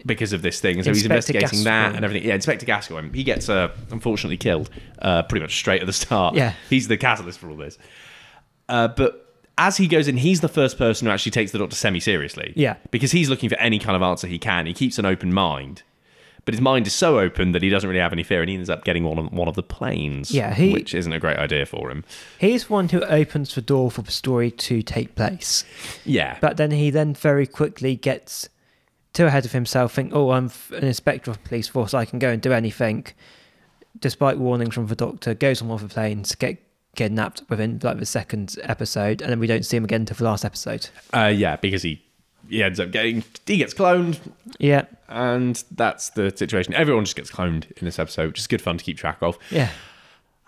Speaker 2: because of this thing, so he's
Speaker 1: Inspector
Speaker 2: investigating that
Speaker 1: Gascoigne.
Speaker 2: and everything. Yeah, Inspector Gascoigne. He gets uh, unfortunately killed uh, pretty much straight at the start.
Speaker 1: Yeah.
Speaker 2: he's the catalyst for all this. Uh, but as he goes in, he's the first person who actually takes the doctor semi seriously.
Speaker 1: Yeah.
Speaker 2: Because he's looking for any kind of answer he can. He keeps an open mind. But his mind is so open that he doesn't really have any fear and he ends up getting one of, one of the planes.
Speaker 1: Yeah, he-
Speaker 2: Which isn't a great idea for him.
Speaker 1: He's one who opens the door for the story to take place.
Speaker 2: Yeah.
Speaker 1: But then he then very quickly gets too ahead of himself, think, oh, I'm f- an inspector of police force, I can go and do anything. Despite warnings from the doctor, goes on one of the planes, get kidnapped within like the second episode, and then we don't see him again until the last episode.
Speaker 2: uh, yeah, because he, he ends up getting. He gets cloned
Speaker 1: Yeah,
Speaker 2: and that's the situation. Everyone just gets cloned in this episode, which is good fun to keep track of.
Speaker 1: yeah.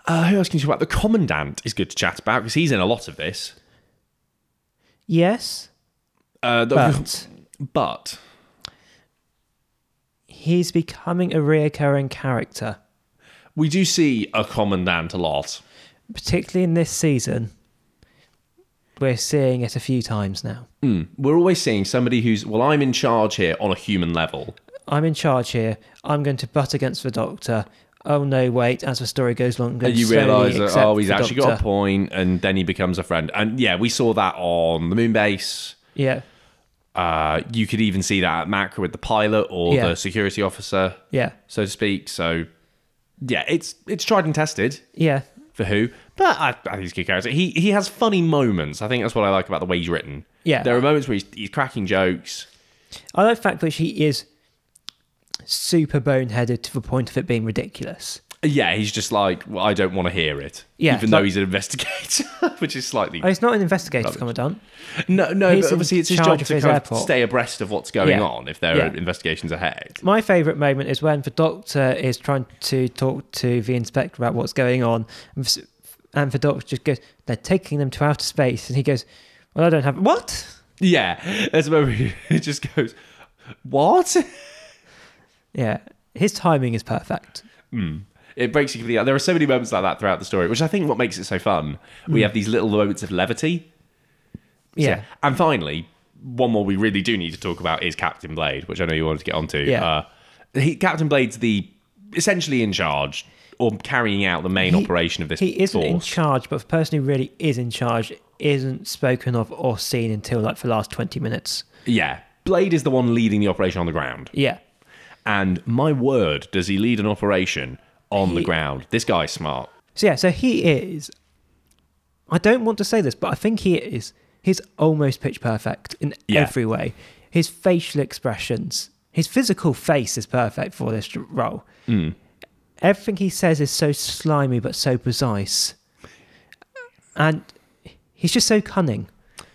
Speaker 2: Uh, who else can you talk about? The Commandant is good to chat about because he's in a lot of this.
Speaker 1: Yes,
Speaker 2: Uh, the-
Speaker 1: but
Speaker 2: but
Speaker 1: he's becoming a reoccurring character,
Speaker 2: we do see a Commandant a lot.
Speaker 1: particularly in this season. We're seeing it a few times now.
Speaker 2: Hmm. We're always seeing somebody who's, well, I'm in charge here on a human level.
Speaker 1: I'm in charge here. I'm going to butt against the doctor. Oh no, wait! As the story goes along, I'm going
Speaker 2: And
Speaker 1: to
Speaker 2: you
Speaker 1: slowly
Speaker 2: realise that,
Speaker 1: accept
Speaker 2: oh, he's
Speaker 1: the
Speaker 2: actually
Speaker 1: doctor.
Speaker 2: got a point, and then he becomes a friend. And yeah, we saw that on the moon base.
Speaker 1: Yeah,
Speaker 2: Uh, you could even see that at Macra with the pilot or
Speaker 1: Yeah.
Speaker 2: the security officer,
Speaker 1: yeah,
Speaker 2: so to speak. So yeah, it's it's tried and tested
Speaker 1: yeah,
Speaker 2: for who, but I, I think he's a good character. He he has funny moments. I think that's what I like about the way he's written.
Speaker 1: yeah.
Speaker 2: There are moments where he's, he's cracking jokes.
Speaker 1: I like the fact that he is super boneheaded to the point of it being ridiculous.
Speaker 2: Yeah, he's just like, well, I don't want to hear it.
Speaker 1: Yeah,
Speaker 2: even though
Speaker 1: like-
Speaker 2: he's an investigator, which is slightly
Speaker 1: Oh, he's not an investigative commandant.
Speaker 2: No, no,
Speaker 1: He's
Speaker 2: but
Speaker 1: in
Speaker 2: obviously it's his
Speaker 1: charge
Speaker 2: job
Speaker 1: of
Speaker 2: to
Speaker 1: his
Speaker 2: kind of
Speaker 1: airport.
Speaker 2: stay abreast of what's going
Speaker 1: Yeah.
Speaker 2: on if there
Speaker 1: Yeah.
Speaker 2: are investigations ahead.
Speaker 1: My favourite moment is when the doctor is trying to talk to the inspector about what's going on, and the, s- and the doctor just goes, "They're taking them to outer space," and he goes, "Well, I don't have what."
Speaker 2: Yeah, that's where we- it just goes, what?
Speaker 1: Yeah, his timing is perfect.
Speaker 2: It breaks you completely out. There are so many moments like that throughout the story, which I think what makes it so fun. We have these little moments of levity. So-
Speaker 1: Mm. Yeah,
Speaker 2: and finally, one more we really do need to talk about is Captain Blade, which I know you wanted to get onto.
Speaker 1: Yeah.
Speaker 2: Uh, he, Captain Blade's the essentially in charge or carrying out the main
Speaker 1: He-
Speaker 2: operation of this
Speaker 1: he isn't in
Speaker 2: force.
Speaker 1: charge, but the person who really is in charge isn't spoken of or seen until like the last twenty minutes.
Speaker 2: yeah. Blade is the one leading the operation on the ground.
Speaker 1: Yeah,
Speaker 2: And my word, does he lead an operation on the ground? This guy's smart.
Speaker 1: So yeah, so he is. I don't want to say this, but I think he is. He's almost pitch perfect in
Speaker 2: Yeah.
Speaker 1: every way. His facial expressions, his physical face is perfect for this role. Everything he says is so slimy but so precise, and he's just so cunning.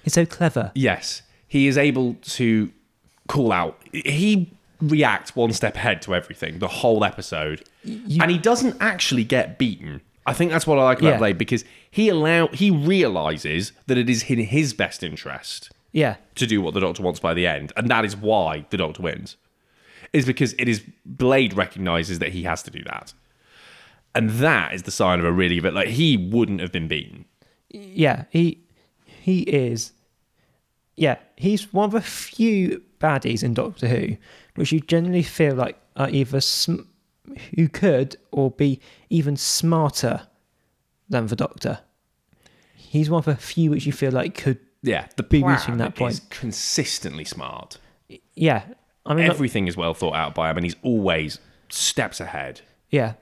Speaker 1: He's so clever.
Speaker 2: Yes, he is able to call out. He reacts one step ahead to everything the whole episode, and he doesn't actually get beaten. I think that's what I like about
Speaker 1: Yeah.
Speaker 2: Blade because he allow he realizes that it is in his best interest
Speaker 1: Yeah,
Speaker 2: to do what the Doctor wants by the end, and that is why the Doctor wins. Is because it is Blade recognizes that he has to do that, and that is the sign of a really but like he wouldn't have been beaten.
Speaker 1: yeah. He he is. Yeah, he's one of the few baddies in Doctor Who, which you generally feel like are either sm- who could or be even smarter than the Doctor. He's one of the few which you feel like could.
Speaker 2: Yeah, the
Speaker 1: Be
Speaker 2: plan
Speaker 1: reaching that
Speaker 2: is
Speaker 1: point.
Speaker 2: consistently smart.
Speaker 1: Yeah, I mean, like-
Speaker 2: Everything is well thought out by him, and he's always steps ahead.
Speaker 1: yeah,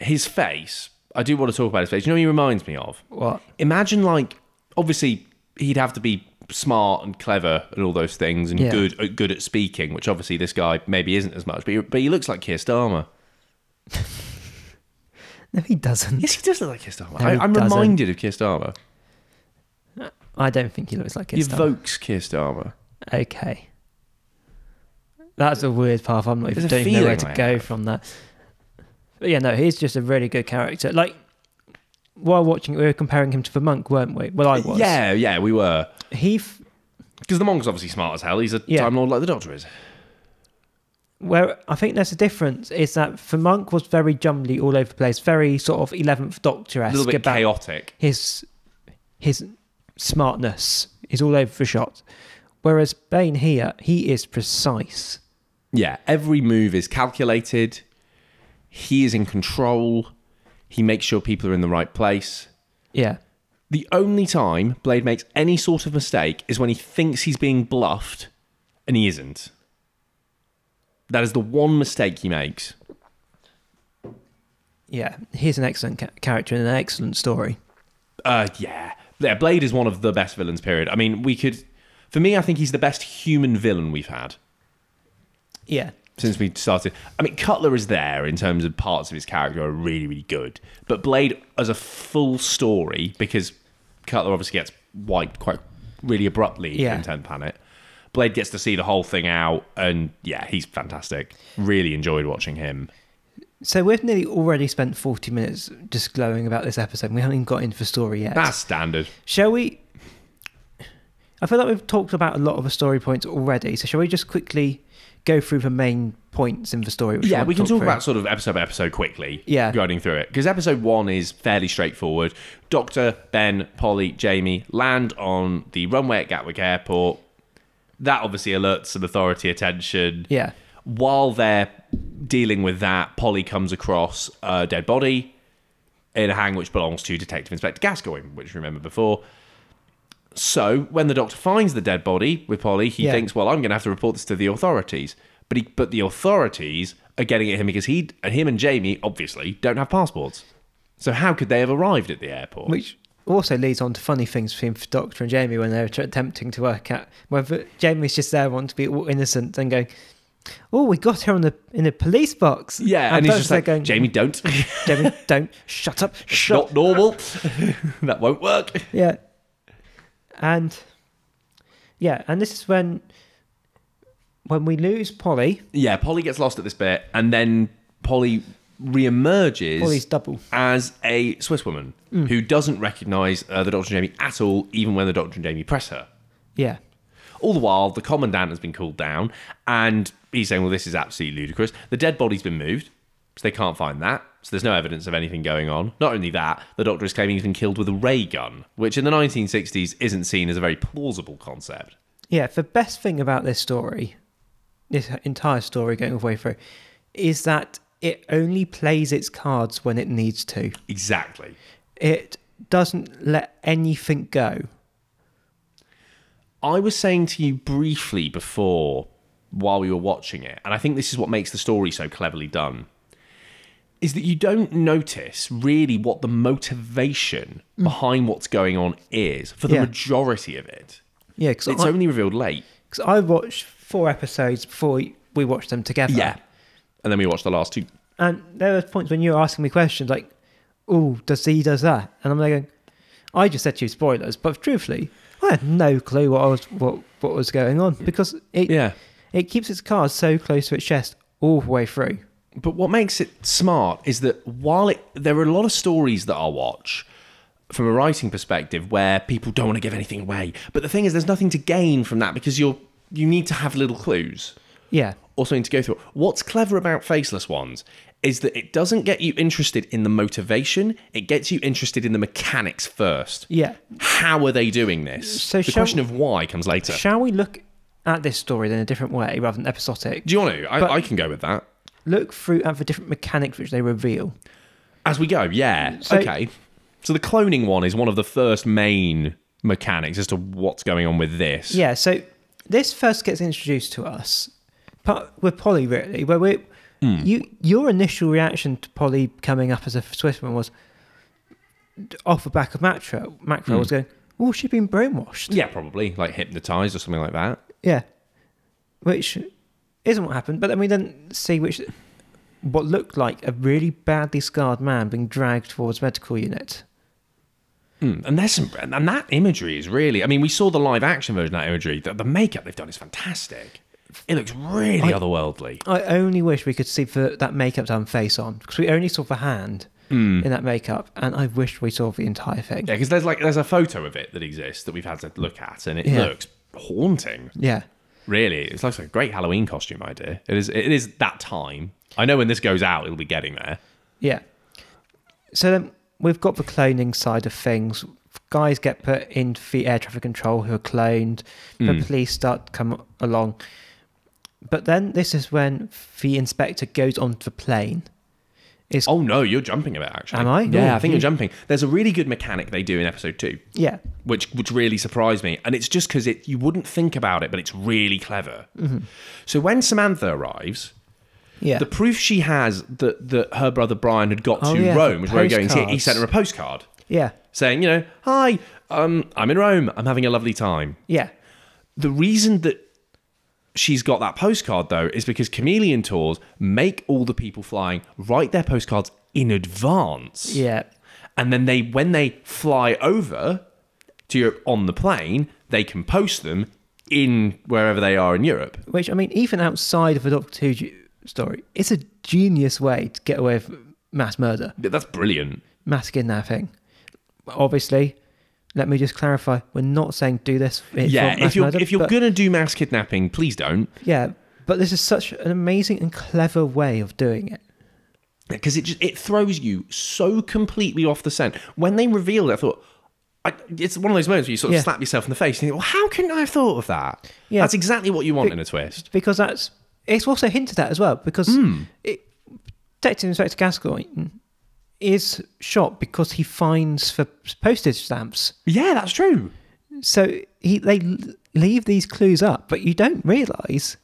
Speaker 2: His face, I do want to talk about his face. You know what he reminds me of?
Speaker 1: what?
Speaker 2: Imagine, like, obviously, he'd have to be smart and clever and all those things and
Speaker 1: Yeah.
Speaker 2: good, uh, good at speaking, which obviously this guy maybe isn't as much, but he, but he looks like Keir Starmer.
Speaker 1: No, he doesn't.
Speaker 2: Yes, he does look like Keir Starmer.
Speaker 1: No,
Speaker 2: I,
Speaker 1: he
Speaker 2: I'm
Speaker 1: doesn't.
Speaker 2: reminded of Keir Starmer.
Speaker 1: I don't think he looks like
Speaker 2: He
Speaker 1: his stuff.
Speaker 2: evokes Keir Starmer.
Speaker 1: Okay, that's a weird path. I'm not even
Speaker 2: There's a
Speaker 1: don't even know where
Speaker 2: feeling
Speaker 1: to
Speaker 2: I
Speaker 1: go from that. But yeah, no, he's just a really good character. Like while watching, it, we were comparing him to the monk, weren't we? Well, I was.
Speaker 2: Yeah, yeah, we were.
Speaker 1: He f-
Speaker 2: Because the monk's obviously smart as hell. He's a
Speaker 1: Yeah.
Speaker 2: Time Lord like the Doctor is.
Speaker 1: Where I think there's a difference is that for Monk was very jumbly all over the place, very sort of eleventh Doctor
Speaker 2: A
Speaker 1: esque
Speaker 2: little bit
Speaker 1: about
Speaker 2: chaotic.
Speaker 1: his his smartness is all over the shot. Whereas Bane here, he is precise.
Speaker 2: Yeah, every move is calculated. He is in control. He makes sure people are in the right place.
Speaker 1: Yeah.
Speaker 2: The only time Blade makes any sort of mistake is when he thinks he's being bluffed and he isn't. That is the one mistake he makes.
Speaker 1: Yeah. He's an excellent ca- character and an excellent story.
Speaker 2: Uh, yeah. Yeah, Blade is one of the best villains, period. I mean, we could. For me, I think he's the best human villain we've had
Speaker 1: Yeah.
Speaker 2: since we started. I mean, Cutler is there in terms of parts of his character are really, really good. But Blade, as a full story, because Cutler obviously gets wiped quite really abruptly
Speaker 1: Yeah.
Speaker 2: in 10th Planet, Blade gets to see the whole thing out. And yeah, he's fantastic. Really enjoyed watching him.
Speaker 1: So we've nearly already spent 40 minutes just glowing about this episode. We haven't even got into the story yet.
Speaker 2: That's standard.
Speaker 1: Shall we? I feel like we've talked about a lot of the story points already. So shall we just quickly go through the main points in the story? which
Speaker 2: yeah,
Speaker 1: want
Speaker 2: we
Speaker 1: to
Speaker 2: can talk
Speaker 1: through?
Speaker 2: about sort of episode by episode quickly.
Speaker 1: Yeah.
Speaker 2: Going through it. Because episode one is fairly straightforward. Doctor, Ben, Polly, Jamie land on the runway at Gatwick Airport. That obviously alerts some authority attention.
Speaker 1: Yeah.
Speaker 2: While they're dealing with that, Polly comes across a dead body in a hang which belongs to Detective Inspector Gascoigne, which we remember before. So when the doctor finds the dead body with Polly, he
Speaker 1: Yeah.
Speaker 2: thinks, "Well, I'm going to have to report this to the authorities." But he, but the authorities are getting at him because he, and him and Jamie obviously don't have passports. So how could they have arrived at the airport?
Speaker 1: Which also leads on to funny things between the Doctor and Jamie when they're tr- attempting to work out whether Jamie's just there wanting to be all innocent and going, "Oh, we got her on the in a police box."
Speaker 2: yeah, and he's
Speaker 1: Doctor's
Speaker 2: just
Speaker 1: there
Speaker 2: like, "Jamie, don't,
Speaker 1: Jamie, don't shut up, shut."
Speaker 2: not normal. that won't work."
Speaker 1: Yeah, and yeah, and this is when when we lose Polly,
Speaker 2: Yeah, Polly gets lost at this bit, and then Polly reemerges.
Speaker 1: Polly's double.
Speaker 2: as a Swiss woman who doesn't recognise uh, the Doctor and Jamie at all, even when the Doctor and Jamie press her.
Speaker 1: Yeah,
Speaker 2: All the while, the commandant has been called down, and he's saying, "Well, this is absolutely ludicrous. The dead body's been moved, so they can't find that. So there's no evidence of anything going on. Not only that, the Doctor is claiming he's been killed with a ray gun, which in the 1960s isn't seen as a very plausible concept.
Speaker 1: yeah. The best thing about this story, this entire story going all the way through, is that it only plays its cards when it needs to.
Speaker 2: Exactly.
Speaker 1: it doesn't let anything go.
Speaker 2: I was saying to you briefly before while we were watching it, and I think this is what makes the story so cleverly done, is that you don't notice really what the motivation behind what's going on is for the
Speaker 1: Mm. Yeah.
Speaker 2: majority of it.
Speaker 1: Yeah, because
Speaker 2: It's
Speaker 1: I,
Speaker 2: only revealed late.
Speaker 1: 'cause I watched four episodes before we watched them together.
Speaker 2: And then we watched the last two.
Speaker 1: And there were points when you were asking me questions like, oh, does he does that? And I'm like, going, I just said to you spoilers, but truthfully, I had no clue what I was what, what was going on because it
Speaker 2: Yeah.
Speaker 1: it keeps its cards so close to its chest all the way through.
Speaker 2: But what makes it smart is that while it, there are a lot of stories that I watch from a writing perspective where people don't want to give anything away. But the thing is, there's nothing to gain from that because you're you need to have little clues
Speaker 1: Yeah,
Speaker 2: or something to go through. What's clever about Faceless Ones is that it doesn't get you interested in the motivation; it gets you interested in the mechanics first.
Speaker 1: yeah.
Speaker 2: How are they doing this?
Speaker 1: So
Speaker 2: the
Speaker 1: shall-
Speaker 2: question of why comes later.
Speaker 1: Shall we look at this story in a different way rather than episodic?
Speaker 2: Do you want to? I,
Speaker 1: But-
Speaker 2: I can go with that
Speaker 1: Look through at the different mechanics which they reveal.
Speaker 2: as we go. Yeah.
Speaker 1: So-
Speaker 2: okay. So the cloning one is one of the first main mechanics as to what's going on with this.
Speaker 1: Yeah, so this first gets introduced to us but with Polly, really, where we you your initial reaction to Polly coming up as a Swissman was off the back of Macro. Macro was going, "Oh, she's been brainwashed."
Speaker 2: Yeah, probably like hypnotized or something like that.
Speaker 1: Yeah, which isn't what happened. But then we then see which what looked like a really badly scarred man being dragged towards medical unit.
Speaker 2: Mm, And there's some, and that imagery is really. I mean, we saw the live action version of that imagery. The, the makeup they've done is fantastic. It looks really otherworldly.
Speaker 1: I only wish we could see the, that makeup done face on because we only saw the hand in that makeup, and I wish we saw the entire thing.
Speaker 2: Yeah, because there's like there's a photo of it that exists that we've had to look at, and it
Speaker 1: Yeah.
Speaker 2: looks haunting.
Speaker 1: Yeah.
Speaker 2: Really, it's like a great Halloween costume idea. It is. It is that time. I know when this goes out, it'll be getting there.
Speaker 1: Yeah. So then we've got the cloning side of things. Guys get put in the air traffic control who are cloned. The police start to come along. But then this is when the inspector goes onto the plane. It's,
Speaker 2: Oh no, you're jumping a bit. Actually,
Speaker 1: Am I?
Speaker 2: Yeah,
Speaker 1: Oh,
Speaker 2: I think
Speaker 1: you-
Speaker 2: you're jumping. There's a really good mechanic they do in episode two,
Speaker 1: Yeah.
Speaker 2: which which really surprised me, and it's just because it you wouldn't think about it, but it's really clever. So when Samantha arrives,
Speaker 1: Mm-hmm. Yeah.
Speaker 2: the proof she has that that her brother Brian had got
Speaker 1: Oh,
Speaker 2: to
Speaker 1: yeah,
Speaker 2: Rome, which we're going to, he
Speaker 1: postcards.
Speaker 2: sent her a postcard
Speaker 1: yeah.
Speaker 2: saying, you know, hi, um, I'm in Rome, I'm having a lovely time.
Speaker 1: Yeah.
Speaker 2: The reason that she's got that postcard though is because chameleon tours make all the people flying write their postcards in advance.
Speaker 1: Yeah.
Speaker 2: And then they when they fly over to Europe on the plane, they can post them in wherever they are in Europe.
Speaker 1: Which, I mean, even outside of the Doctor Who ju- story, it's a genius way to get away with mass murder,
Speaker 2: That's brilliant.
Speaker 1: mass kidnapping. Obviously, let me just clarify we're not saying do this. for
Speaker 2: yeah,
Speaker 1: mass
Speaker 2: if you're
Speaker 1: murder,
Speaker 2: if you're
Speaker 1: but-
Speaker 2: gonna do mass kidnapping, please don't.
Speaker 1: Yeah, but this is such an amazing and clever way of doing it.
Speaker 2: because it just it throws you so completely off the scent. When they revealed it, I thought I, it's one of those moments where you sort of
Speaker 1: Yeah.
Speaker 2: slap yourself in the face and you think, "Well, how couldn't I have thought of that?"
Speaker 1: Yeah.
Speaker 2: that's exactly what you want in a twist.
Speaker 1: Because that's it's also hinted at as well. Because
Speaker 2: Hmm.
Speaker 1: it, Detective Inspector Gascoigne is shot because he finds the postage stamps.
Speaker 2: Yeah, that's true.
Speaker 1: So he they l- leave these clues up, but you don't realise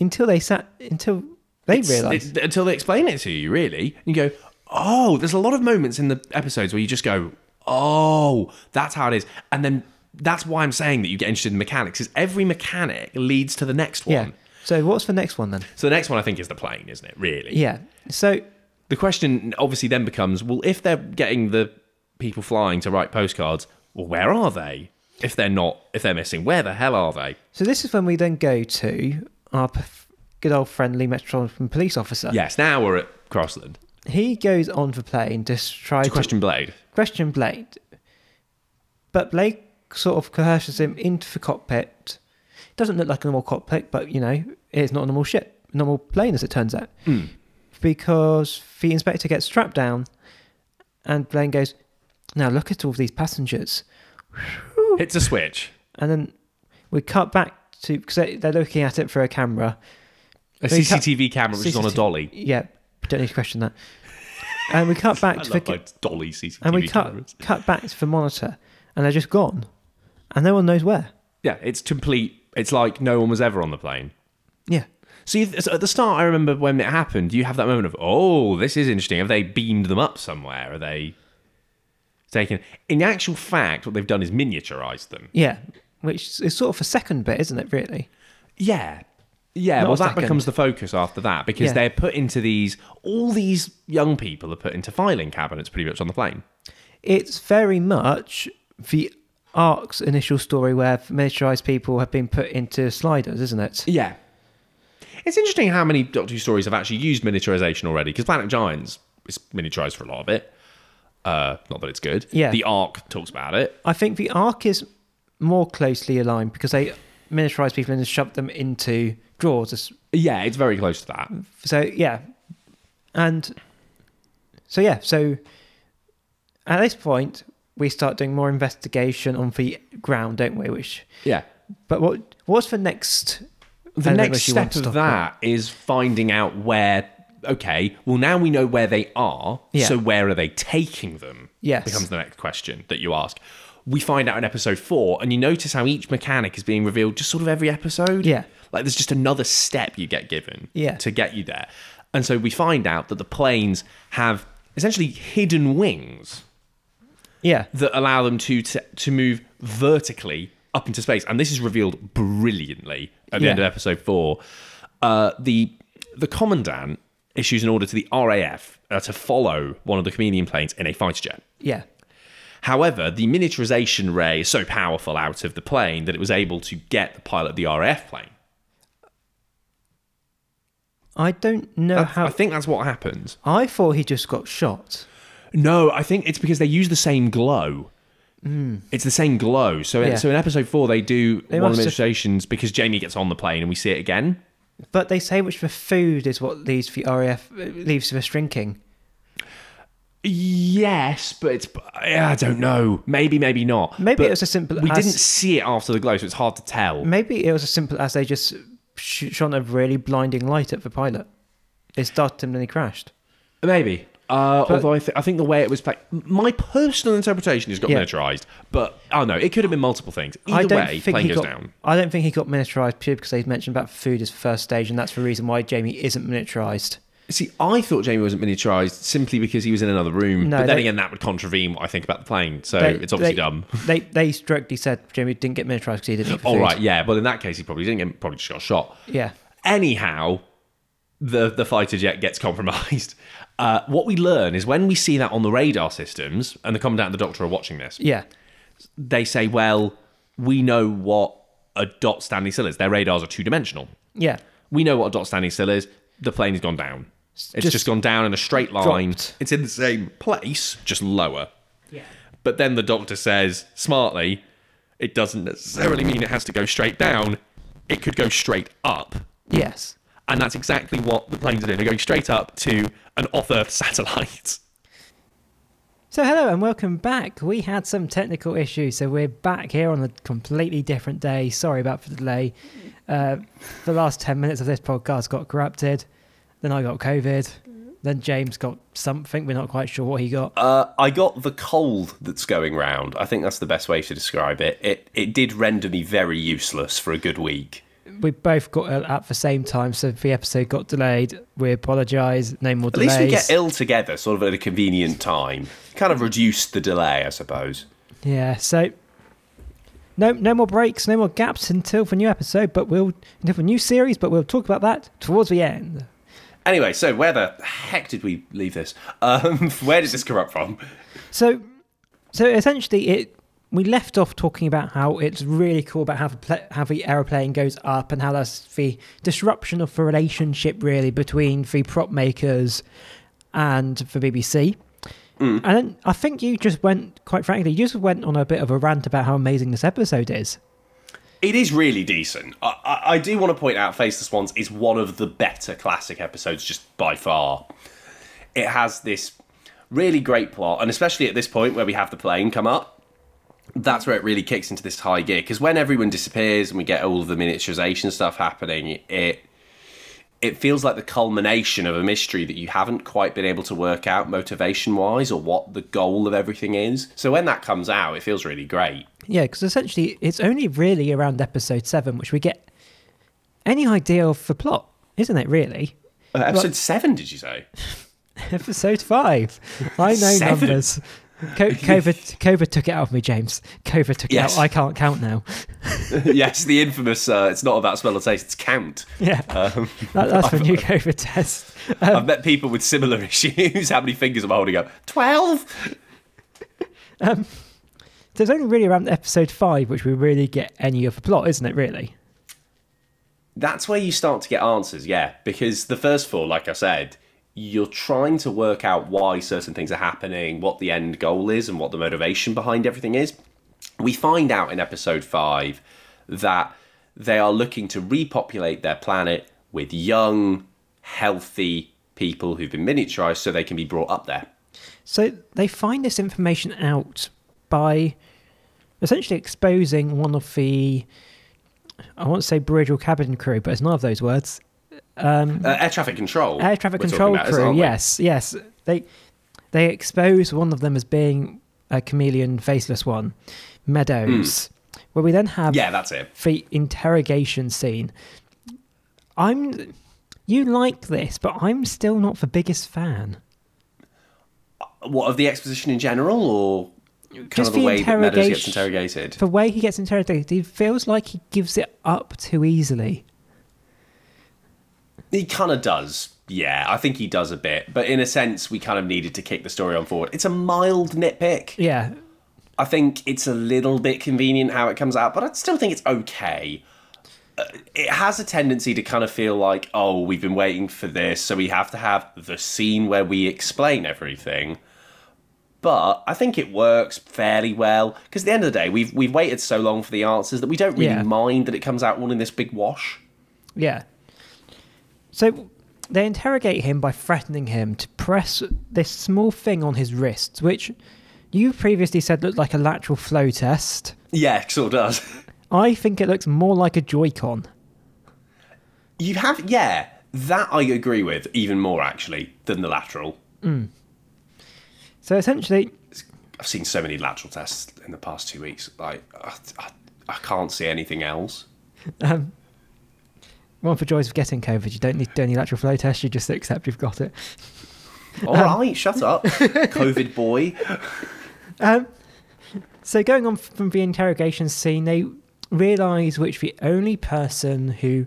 Speaker 1: until they sat until they
Speaker 2: It's-
Speaker 1: realise.
Speaker 2: it- until they explain it to you, really, and you go, "Oh, there's a lot of moments in the episodes where you just go, "Oh, that's how it is," and then that's why I'm saying that you get interested in mechanics is every mechanic leads to the next one.
Speaker 1: Yeah. So what's the next one then?
Speaker 2: So the next one I think is the plane, isn't it? Really?
Speaker 1: Yeah. So
Speaker 2: The question obviously then becomes well, if they're getting the people flying to write postcards, well, where are they? If they're not, if they're missing, where the hell are they?
Speaker 1: so this is when we then go to our p- good old friendly Metropolitan Police officer.
Speaker 2: Yes, now we're at Crossland.
Speaker 1: He goes on the plane to s- try to
Speaker 2: Question Blade.
Speaker 1: question Blade. But Blade sort of coerces him into the cockpit. Doesn't look like a normal cockpit, but you know, it's not a normal ship, normal plane as it turns out.
Speaker 2: Hmm.
Speaker 1: Because the inspector gets strapped down and Blaine goes, Now look at all these passengers.
Speaker 2: Hits a switch.
Speaker 1: And then we cut back to, because they, they're looking at it through a camera.
Speaker 2: A
Speaker 1: They cut-
Speaker 2: CCTV camera which is on a
Speaker 1: CCTV
Speaker 2: dolly.
Speaker 1: Yeah, don't need to question that. And we cut back
Speaker 2: I
Speaker 1: to the
Speaker 2: love my dolly CCTV
Speaker 1: and we cut
Speaker 2: cameras.
Speaker 1: cut back to the monitor, and they're just gone, and no one knows where.
Speaker 2: Yeah, it's complete. It's like no one was ever on the plane.
Speaker 1: Yeah,
Speaker 2: So, you, so at the start, I remember when it happened, you have that moment of, oh, this is interesting. Have they beamed them up somewhere? Are they taken? In actual fact, what they've done is miniaturized them.
Speaker 1: yeah, which is sort of a second bit, isn't it? Really?
Speaker 2: Yeah. Yeah,
Speaker 1: Not
Speaker 2: well,
Speaker 1: a
Speaker 2: that
Speaker 1: second.
Speaker 2: becomes the focus after that because
Speaker 1: Yeah.
Speaker 2: they're put into these. All these young people are put into filing cabinets pretty much on the plane.
Speaker 1: It's very much the arc's initial story where miniaturized people have been put into sliders, isn't it?
Speaker 2: Yeah. It's interesting how many Doctor Who stories have actually used miniaturization already because Planet Giants is miniaturized for a lot of it. Uh, not that it's good.
Speaker 1: Yeah.
Speaker 2: The Ark talks about it.
Speaker 1: I think the arc is more closely aligned because they miniaturize people and shove them into drawers. as-
Speaker 2: Yeah, it's very close to that.
Speaker 1: So yeah, and so yeah, so at this point we start doing more investigation on the ground, don't we? Which,
Speaker 2: Yeah.
Speaker 1: but what what's the next?
Speaker 2: the
Speaker 1: element
Speaker 2: next
Speaker 1: which you want
Speaker 2: step
Speaker 1: to talk
Speaker 2: of that is finding out where okay well now we know where they are
Speaker 1: Yeah.
Speaker 2: so where are they taking them
Speaker 1: Yes.
Speaker 2: becomes the next question that you ask we find out in episode four and you notice how each mechanic is being revealed just sort of every episode
Speaker 1: Yeah.
Speaker 2: like there's just another step you get given
Speaker 1: Yeah.
Speaker 2: to get you there and so we find out that the planes have essentially hidden wings
Speaker 1: Yeah,
Speaker 2: that allow them to to, to move vertically up into space, and this is revealed brilliantly at the end
Speaker 1: Yeah.
Speaker 2: of episode four. Uh, the the commandant issues an order to the RAF uh, to follow one of the chameleon planes in a fighter jet.
Speaker 1: yeah,
Speaker 2: However, the miniaturization ray is so powerful out of the plane that it was able to get the pilot of the RAF plane.
Speaker 1: I don't know how.
Speaker 2: I think that's what happens.
Speaker 1: I thought he just got shot.
Speaker 2: No, I think it's because they use the same glow.
Speaker 3: It's the same glow. So,
Speaker 1: Hmm. Yeah.
Speaker 3: so in episode four, they do
Speaker 1: They
Speaker 3: one of
Speaker 1: must
Speaker 3: the
Speaker 1: have-
Speaker 3: illustrations because Jamie gets on the plane and we see it again.
Speaker 1: But they say which the food is what leads the RAF leaves for us drinking.
Speaker 3: Yes, but it's I don't know. Maybe, maybe not.
Speaker 1: Maybe
Speaker 3: But
Speaker 1: it was as simple
Speaker 3: We
Speaker 1: as-
Speaker 3: didn't see it after the glow, so it's hard to tell.
Speaker 1: Maybe it was as simple as they just sh- shone a really blinding light at the pilot. It started him and then he crashed.
Speaker 3: Maybe. Uh, although I, th- I think the way it was played, my personal interpretation has got
Speaker 1: Yeah.
Speaker 3: miniaturized, but I don't know. It could have been multiple things.
Speaker 1: I
Speaker 3: Either
Speaker 1: don't
Speaker 3: way,
Speaker 1: think
Speaker 3: plane
Speaker 1: he
Speaker 3: goes
Speaker 1: got.
Speaker 3: down.
Speaker 1: I don't think he got miniaturized purely because they mentioned about food as first stage, and that's the reason why Jamie isn't miniaturized.
Speaker 3: See, I thought Jamie wasn't miniaturized simply because he was in another room.
Speaker 1: No,
Speaker 3: but then
Speaker 1: they-
Speaker 3: again, that would contravene what I think about the plane. So
Speaker 1: They-
Speaker 3: Oh, it's obviously
Speaker 1: they-
Speaker 3: dumb.
Speaker 1: They they strictly said Jamie didn't get miniaturized because he didn't. Eat the
Speaker 3: All
Speaker 1: food.
Speaker 3: right, yeah. Well, in that case, he probably didn't get, probably just got shot.
Speaker 1: Yeah.
Speaker 3: Anyhow, the the fighter jet gets compromised. Uh, what we learn is when we see that on the radar systems, and the commandant and the doctor are watching this,
Speaker 1: Yeah.
Speaker 3: they say, "Well, we know what a dot standing still is. Their radars are two dimensional.
Speaker 1: Yeah.
Speaker 3: We know what a dot standing still is. The plane has gone down. It's just,
Speaker 1: just
Speaker 3: gone down in a straight line.
Speaker 1: dropped.
Speaker 3: It's in the same place, just lower." But then the doctor says smartly, "It doesn't necessarily mean it has to go straight down. It could go straight up."
Speaker 1: Yes.
Speaker 3: And that's exactly what the planes are doing. They're going straight up to an off Earth satellite.
Speaker 1: So hello and welcome back. We had some technical issues, so we're back here on a completely different day. Sorry about the delay. Uh, the last ten minutes of this podcast got corrupted. Then I got COVID. Then James got something. We're not quite sure what he got.
Speaker 2: Uh, I got the cold that's going round. I think that's the best way to describe it. It it did render me very useless for a good week.
Speaker 1: We both got ill at the same time, so the episode got delayed. We apologise. No more
Speaker 2: At
Speaker 1: delays.
Speaker 2: least we get ill together, sort of at a convenient time. Kind of reduced the delay, I suppose.
Speaker 1: Yeah, so no no more breaks, no more gaps until for new episode, but we'll until for new series, but we'll talk about that towards the end.
Speaker 2: Anyway, so where the heck did we leave this? Um, where did this corrupt from?
Speaker 1: So so essentially it we left off talking about how it's really cool about how the pla how the aeroplane goes up and how that's the disruption of the relationship really between the prop makers and the BBC. And then I think you just went, quite frankly, you just went on a bit of a rant about how amazing this episode is.
Speaker 2: It is really decent. I, I, I do want to point out Face the Swans is one of the better classic episodes, just by far. It has this really great plot, and especially at this point where we have the plane come up, that's where it really kicks into this high gear. Because when everyone disappears and we get all of the miniaturization stuff happening, it it feels like the culmination of a mystery that you haven't quite been able to work out motivation wise or what the goal of everything is. So when that comes out, it feels really great.
Speaker 1: Yeah, because essentially it's only really around episode seven which we get any idea of the plot, isn't it? Really,
Speaker 2: Uh, episode seven, did you say?
Speaker 1: episode five. I know
Speaker 2: Seven?
Speaker 1: numbers. Co- COVID, COVID took it out of me, James. COVID took
Speaker 2: Yes.
Speaker 1: it out. I can't count now.
Speaker 2: yes, the infamous. Uh, it's not about smell or taste; it's count.
Speaker 1: Yeah,
Speaker 2: Um,
Speaker 1: that, that's the new COVID test. Uh,
Speaker 2: I've met people with similar issues. How many fingers am I holding up? Twelve.
Speaker 1: there's only really around episode five which we really get any of the plot, isn't it? Really.
Speaker 2: That's where you start to get answers. Yeah, because the first four, like I said, you're trying to work out why certain things are happening, what the end goal is, and what the motivation behind everything is. We find out in episode five that they are looking to repopulate their planet with young, healthy people who've been miniaturized so they can be brought up there.
Speaker 1: So they find this information out by essentially exposing one of the I won't say bridge or cabin crew, but it's none of those words.
Speaker 2: Uh, air traffic control.
Speaker 1: Air traffic
Speaker 2: we're talking
Speaker 1: control
Speaker 2: about this,
Speaker 1: crew.
Speaker 2: aren't we?
Speaker 1: Yes, yes. They they expose one of them as being a chameleon faceless one, Meadows. Where we then have
Speaker 2: Hmm. Yeah, that's it.
Speaker 1: the interrogation scene. I'm you like this, but I'm still not the biggest fan.
Speaker 2: What of the exposition in general, or kind
Speaker 1: Just
Speaker 2: of the,
Speaker 1: the
Speaker 2: way that Meadows gets
Speaker 1: interrogation-
Speaker 2: interrogated?
Speaker 1: the way he gets interrogated, he feels like he gives it up too easily.
Speaker 2: He kind of does. Yeah, I think he does a bit, but in a sense, we kind of needed to kick the story on forward. It's a mild nitpick.
Speaker 1: Yeah,
Speaker 2: I think it's a little bit convenient how it comes out, but I still think it's okay. Uh, It has a tendency to kind of feel like, oh, we've been waiting for this, so we have to have the scene where we explain everything. But I think it works fairly well because at the end of the day, we've we've waited so long for the answers that we don't really
Speaker 1: Yeah.
Speaker 2: mind that it comes out all in this big wash.
Speaker 1: Yeah. So they interrogate him by threatening him to press this small thing on his wrists, which you previously said looked like a lateral flow test.
Speaker 2: Yeah, it sure does.
Speaker 1: I think it looks more like a Joy-Con.
Speaker 2: You have yeah, that I agree with even more actually than the lateral.
Speaker 1: So essentially,
Speaker 2: I've seen so many lateral tests in the past two weeks. Like I, I, I can't see anything else.
Speaker 1: um, one for joys of getting COVID. You don't need to do any lateral flow test. You just accept you've got it.
Speaker 2: All right, shut up, COVID boy.
Speaker 1: Um, So going on from the interrogation scene, they realise which the only person who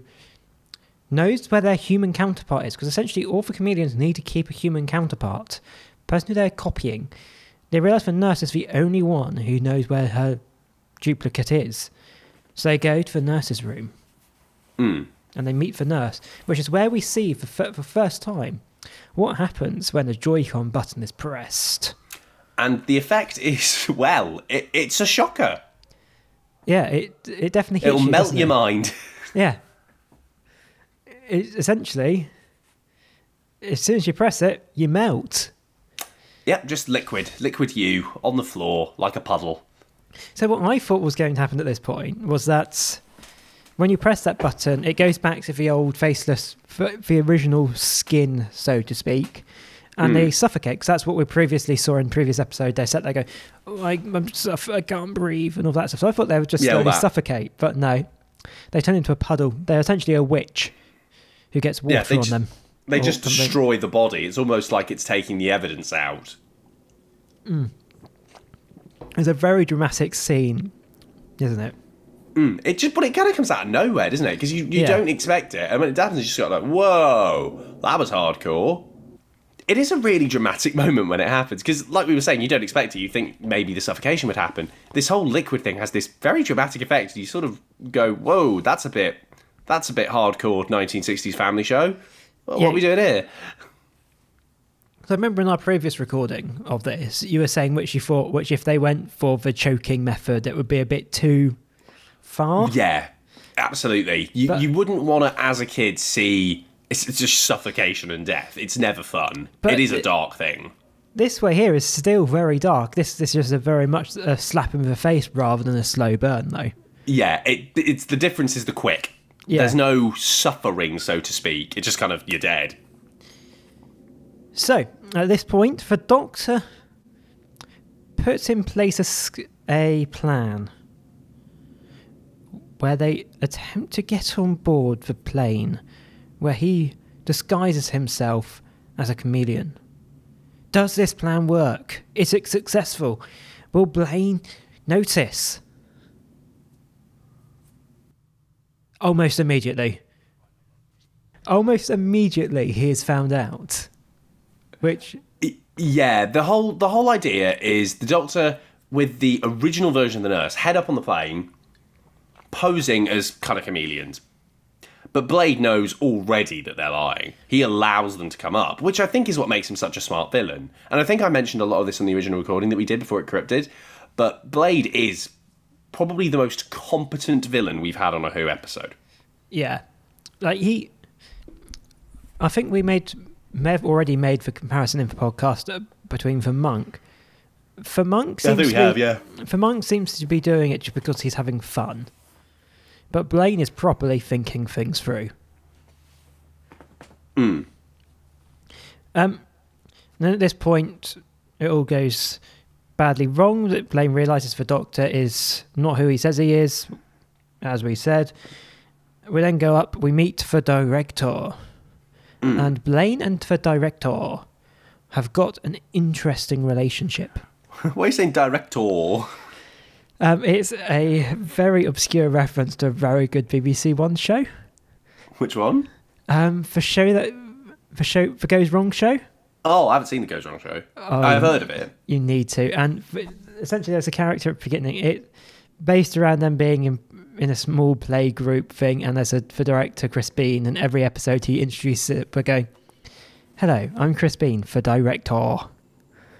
Speaker 1: knows where their human counterpart is, because essentially all the comedians need to keep a human counterpart, person who they're copying. They realise the nurse is the only one who knows where her duplicate is. So they go to the nurse's room. And they meet the nurse, which is where we see for fir- for the first time what happens when a Joy-Con button is pressed.
Speaker 2: And the effect is well, it, it's a shocker.
Speaker 1: Yeah, it it definitely hits
Speaker 2: It'll
Speaker 1: you,
Speaker 2: melt
Speaker 1: doesn't it?
Speaker 2: your mind.
Speaker 1: Yeah. It's essentially, as soon as you press it, you melt.
Speaker 2: Yep, just liquid, liquid you on the floor like a puddle.
Speaker 1: So what I thought was going to happen at this point was that when you press that button, it goes back to the old faceless, f- the original skin, so to speak, and
Speaker 2: Hmm.
Speaker 1: they suffocate because that's what we previously saw in previous episode. They said they go, oh, I, I'm suff- I can't breathe and all that stuff. So I thought they would just
Speaker 2: Yeah, all
Speaker 1: slowly
Speaker 2: that.
Speaker 1: suffocate, but no, they turn into a puddle. They're essentially a witch who gets water
Speaker 2: Yeah, they
Speaker 1: on
Speaker 2: just-
Speaker 1: them.
Speaker 2: They
Speaker 1: or
Speaker 2: just
Speaker 1: something.
Speaker 2: destroy the body. It's almost like it's taking the evidence out.
Speaker 1: It's a very dramatic scene, isn't it?
Speaker 2: It just, but it kind of comes out of nowhere, doesn't it? Because you, you
Speaker 1: Yeah.
Speaker 2: don't expect it, and when it happens, you just got like, "Whoa, that was hardcore." It is a really dramatic moment when it happens because, like we were saying, you don't expect it. You think maybe the suffocation would happen. This whole liquid thing has this very dramatic effect. You sort of go, "Whoa, that's a bit, that's a bit hardcore 1960s family show." Well,
Speaker 1: Yeah.
Speaker 2: What are we doing here?
Speaker 1: So I remember in our previous recording of this, you were saying which you thought, which if they went for the choking method, it would be a bit too far.
Speaker 2: Yeah, absolutely. You
Speaker 1: But-
Speaker 2: you wouldn't want to, as a kid, see it's, it's just suffocation and death. It's never fun.
Speaker 1: But
Speaker 2: it is a
Speaker 1: it-
Speaker 2: dark thing.
Speaker 1: This way here is still very dark. This this is just a very much a slap in the face rather than a slow burn, though.
Speaker 2: Yeah, it, it's the difference is the quick.
Speaker 1: Yeah.
Speaker 2: There's no suffering, so to speak. It's just kind of you're dead.
Speaker 1: So at this point, the doctor puts in place a, sc- a plan where they attempt to get on board the plane where he disguises himself as a chameleon. Does this plan work? Is it successful? Will Blaine notice? Almost immediately. Almost immediately, he is found out. Which,
Speaker 2: Y- Yeah, the whole the whole idea is the Doctor with the original version of the Nurse head up on the plane, posing as kind of chameleons. But Blade knows already that they're lying. He allows them to come up, which I think is what makes him such a smart villain. And I think I mentioned a lot of this on the original recording that we did before it corrupted. But Blade is probably the most competent villain we've had on a Who episode.
Speaker 1: yeah, like he, I think we made may have already made the comparison in the podcast uh, between the monk. For monk seems to be, For monk seems to be doing it just because he's having fun, but Blaine is properly thinking things through. Um, and then at this point, it all goes badly wrong. That Blaine realizes the Doctor is not who he says he is, as we said. We then go up. We meet the director, and Blaine and the director have got an interesting relationship.
Speaker 2: Why are you saying director?
Speaker 1: Um, it's a very obscure reference to a very good BBC One show.
Speaker 2: Which one?
Speaker 1: Um, for show that for show for goes wrong show, um,
Speaker 2: Oh, I haven't seen the Goes Wrong show. I've heard of it.
Speaker 1: you need to. And f- essentially, there's a character at the beginning. It based around them being in in a small play group thing, and there's a for director Chris Bean, and every episode he introduces it by going, "Hello, I'm Chris Bean for director."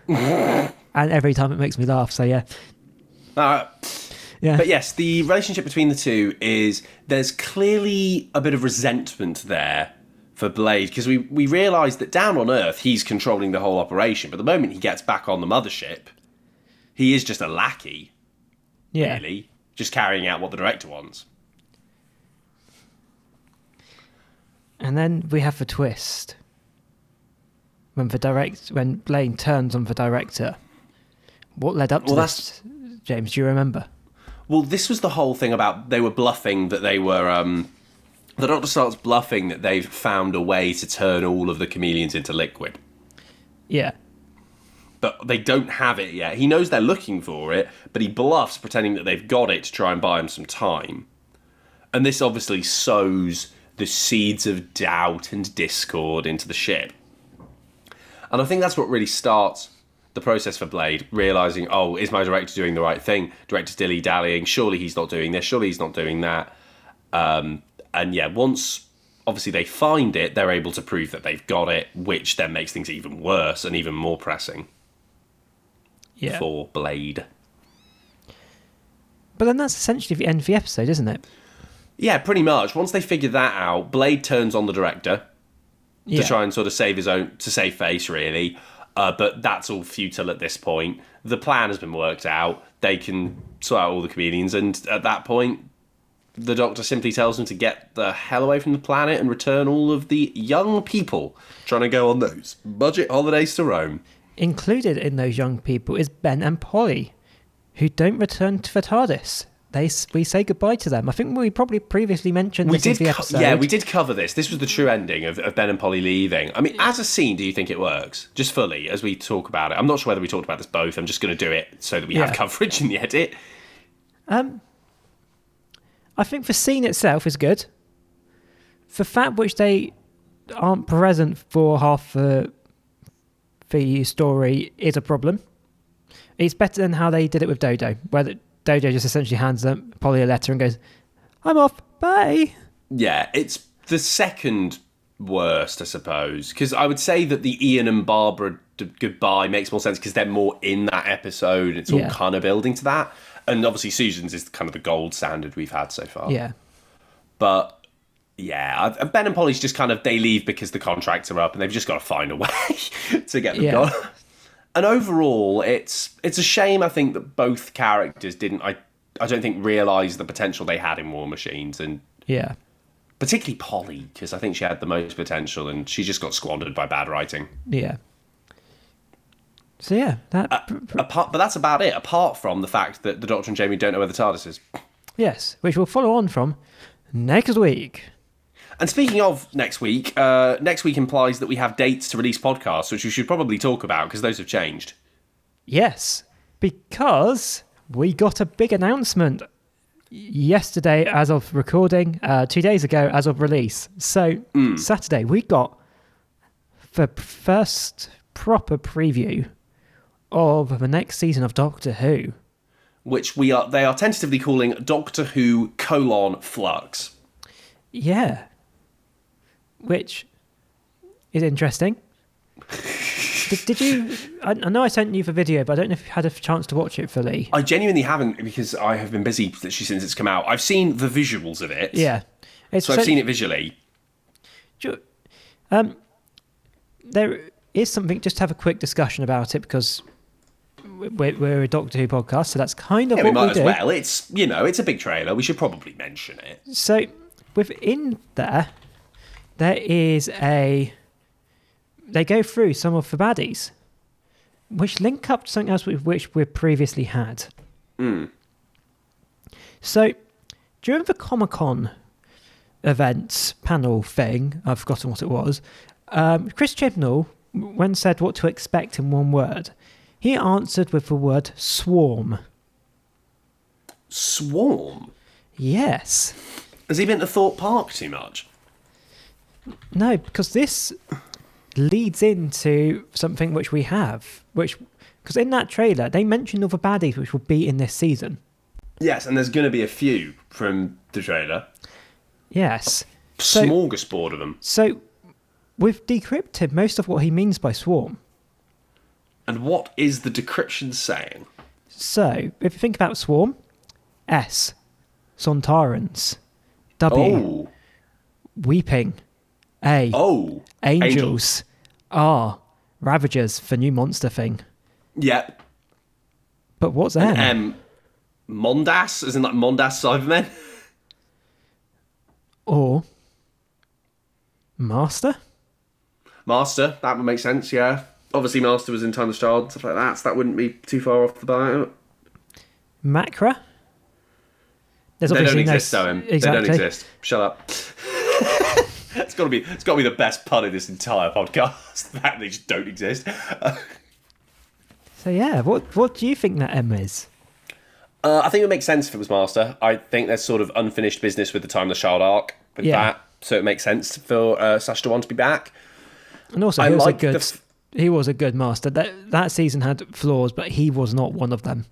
Speaker 1: and every time it makes me laugh. So yeah,
Speaker 2: Uh,
Speaker 1: yeah.
Speaker 2: But yes, the relationship between the two is there's clearly a bit of resentment there for Blade because we we realise that down on Earth he's controlling the whole operation, but the moment he gets back on the mothership, he is just a lackey,
Speaker 1: yeah.
Speaker 2: really, just carrying out what the director wants.
Speaker 1: And then we have the twist when the direct when Blaine turns on the director. What led up to
Speaker 2: Well,
Speaker 1: this, James? Do you remember?
Speaker 2: Well, this was the whole thing about they were bluffing that they were. Um, the Doctor starts bluffing that they've found a way to turn all of the chameleons into liquid.
Speaker 1: Yeah,
Speaker 2: but they don't have it yet. He knows they're looking for it, but he bluffs, pretending that they've got it to try and buy him some time. And this obviously sows the seeds of doubt and discord into the ship. And I think that's what really starts the process for Blade, realizing, oh, is my director doing the right thing? Director's dilly dallying. Surely he's not doing this. Surely he's not doing that. Um, and yeah, once obviously they find it, they're able to prove that they've got it, which then makes things even worse and even more pressing
Speaker 1: yeah.
Speaker 2: for Blade.
Speaker 1: But then that's essentially the end of the episode, isn't it?
Speaker 2: Yeah, pretty much. Once they figure that out, Blade turns on the director
Speaker 1: Yeah.
Speaker 2: to try and sort of save his own to save face, really. Uh, but that's all futile at this point. The plan has been worked out. They can sort out all the comedians, and at that point, the Doctor simply tells them to get the hell away from the planet and return all of the young people trying to go on those budget holidays to Rome.
Speaker 1: Included in those young people is Ben and Polly, who don't return to the TARDIS. They s- we say goodbye to them. I think we probably previously mentioned
Speaker 2: We
Speaker 1: this
Speaker 2: did,
Speaker 1: in the
Speaker 2: co-
Speaker 1: episode.
Speaker 2: yeah, we did cover this. This was the true ending of, of Ben and Polly leaving. I mean, as a scene, do you think it works just fully as we talk about it? I'm not sure whether we talked about this both. I'm just going to do it so that we
Speaker 1: Yeah.
Speaker 2: have coverage in the edit.
Speaker 1: I think the scene itself is good. The fact which they aren't present for half the the story is a problem. It's better than how they did it with Dodo, where the, Dodo just essentially hands them Polly a letter and goes, "I'm off, bye."
Speaker 2: Yeah, it's the second worst, I suppose, because I would say that the Ian and Barbara d- goodbye makes more sense because they're more in that episode. It's all
Speaker 1: Yeah.
Speaker 2: kind of building to that, and obviously Susan's is kind of the gold standard we've had so far.
Speaker 1: Yeah,
Speaker 2: But yeah, I- Ben and Polly's just kind of they leave because the contracts are up, and they've just got to find a way to get them
Speaker 1: Yeah.
Speaker 2: gone. And overall, it's it's a shame. I think that both characters didn't. I I don't think realize the potential they had in War Machines, and
Speaker 1: yeah.
Speaker 2: particularly Polly, because I think she had the most potential, and she just got squandered by bad writing.
Speaker 1: Yeah. So yeah, that pr- pr-
Speaker 2: Apart, but that's about it. Apart from the fact that the Doctor and Jamie don't know where the TARDIS is.
Speaker 1: yes, which we'll follow on from next week.
Speaker 2: And speaking of next week, uh, next week implies that we have dates to release podcasts, which we should probably talk about because those have changed.
Speaker 1: Yes, because we got a big announcement yesterday as of recording, uh, two days ago as of release. So
Speaker 2: Hmm.
Speaker 1: Saturday we got the p- first proper preview of the next season of Doctor Who.
Speaker 2: which we are they are tentatively calling Doctor Who colon flux.
Speaker 1: Yeah, which is interesting. did, did you? I, I know I sent you the video, but I don't know if you had a chance to watch it fully.
Speaker 2: I genuinely haven't because I have been busy literally since it's come out. I've seen the visuals of it.
Speaker 1: Yeah, it's
Speaker 2: So I've seen it visually.
Speaker 1: Ju- Um, there is something. Just to have a quick discussion about it because we're, we're a Doctor Who podcast, so that's kind of
Speaker 2: Yeah, we
Speaker 1: what
Speaker 2: might as
Speaker 1: do.
Speaker 2: well. It's you know, it's a big trailer. We should probably mention it.
Speaker 1: So within there, there is a. They go through some of the baddies, which link up to something else we- which we previously had. So during the Comic Con events panel thing, I've forgotten what it was. Um, Chris Chibnall, when said what to expect in one word, he answered with the word swarm.
Speaker 2: Swarm.
Speaker 1: Yes.
Speaker 2: Has he been to Thorpe Park too much?
Speaker 1: No, because this leads into something which we have, which because in that trailer they mentioned all the baddies which will be in this season.
Speaker 2: Yes, and there's going to be a few from the trailer.
Speaker 1: Yes. So-
Speaker 2: Smorgasbord of them.
Speaker 1: So we've decrypted most of what he means by swarm.
Speaker 2: And what is the decryption saying?
Speaker 1: So, if you think about Swarm, S, Sontarans, W,
Speaker 2: Oh,
Speaker 1: Weeping, A,
Speaker 2: oh,
Speaker 1: Angels,
Speaker 2: Angel.
Speaker 1: R, Ravagers for new monster thing.
Speaker 2: Yep.
Speaker 1: But what's M?
Speaker 2: Um, Mondas, as in like Mondas Cybermen.
Speaker 1: Or Master?
Speaker 2: Master, that would make sense. Yeah. Obviously, Master was in Time of Child, stuff like that. So that wouldn't be too far off the bat.
Speaker 1: Macra? There's
Speaker 2: They don't
Speaker 1: obviously no
Speaker 2: exist,
Speaker 1: s-
Speaker 2: though. Em.
Speaker 1: Exactly.
Speaker 2: They don't exist. Shut up. it's got to be. It's got to be the best pun in this entire podcast. that they just don't exist. Uh,
Speaker 1: So yeah, what what do you think that M is?
Speaker 2: I think it would make sense if it was Master. I think there's sort of unfinished business with the Time of the Child arc with
Speaker 1: Yeah.
Speaker 2: that, so it makes sense for uh, Sasha Dewan to be back.
Speaker 1: And also,
Speaker 2: I
Speaker 1: he was a
Speaker 2: like the
Speaker 1: good
Speaker 2: f-
Speaker 1: he was a good master. That that season had flaws, but he was not one of them.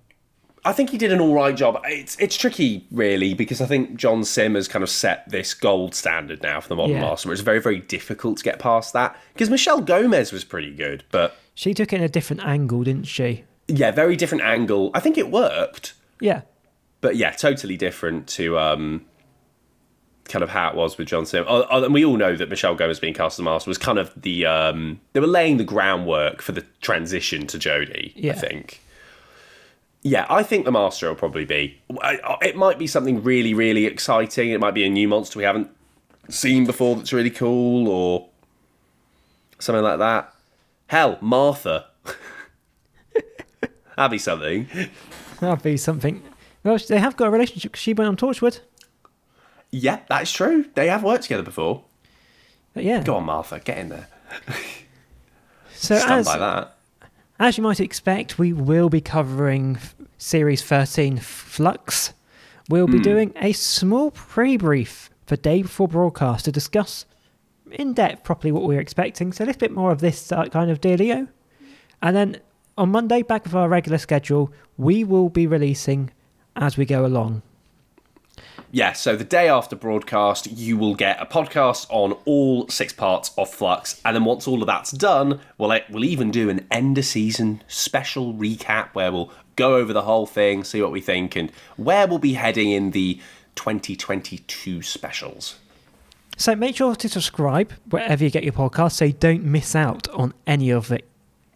Speaker 2: I think he did an all right job. It's it's tricky, really, because I think John Sim has kind of set this gold standard now for the modern
Speaker 1: Yeah.
Speaker 2: master. Where it's very very difficult to get past that because Michelle Gomez was pretty good, but
Speaker 1: She took it in a different angle, didn't she?
Speaker 2: yeah, very different angle. I think it worked,
Speaker 1: Yeah,
Speaker 2: but yeah, totally different to um, kind of how it was with John Sim. Oh, oh, and we all know that Michelle Gomez being cast as the master was kind of the um, they were laying the groundwork for the transition to Jodie.
Speaker 1: Yeah.
Speaker 2: I think. Yeah, I think the master will probably be. I- I- It might be something really, really exciting. It might be a new monster we haven't seen before that's really cool, or something like that. Hell, Martha. That'd be something.
Speaker 1: that'd be something. Well, they have got a relationship 'cause she went on Torchwood.
Speaker 2: Yeah, that's true. They have worked together before.
Speaker 1: But yeah,
Speaker 2: Go on, Martha, get in there.
Speaker 1: so
Speaker 2: Stand
Speaker 1: as
Speaker 2: by that.
Speaker 1: as you might expect, we will be covering f- series thirteen F- Flux. We'll be doing a small pre-brief for day before broadcast to discuss in depth properly what we were expecting. So a little bit more of this uh, kind of dealio. And then on Monday, back with our regular schedule, we will be releasing as we go along.
Speaker 2: Yeah, so the day after broadcast, you will get a podcast on all six parts of Flux, and then once all of that's done, we'll eh, we'll even do an end of season special recap where we'll go over the whole thing, see what we think, and where we'll be heading in the 2022 specials.
Speaker 1: So make sure to subscribe wherever you get your podcast so you don't miss out on any of the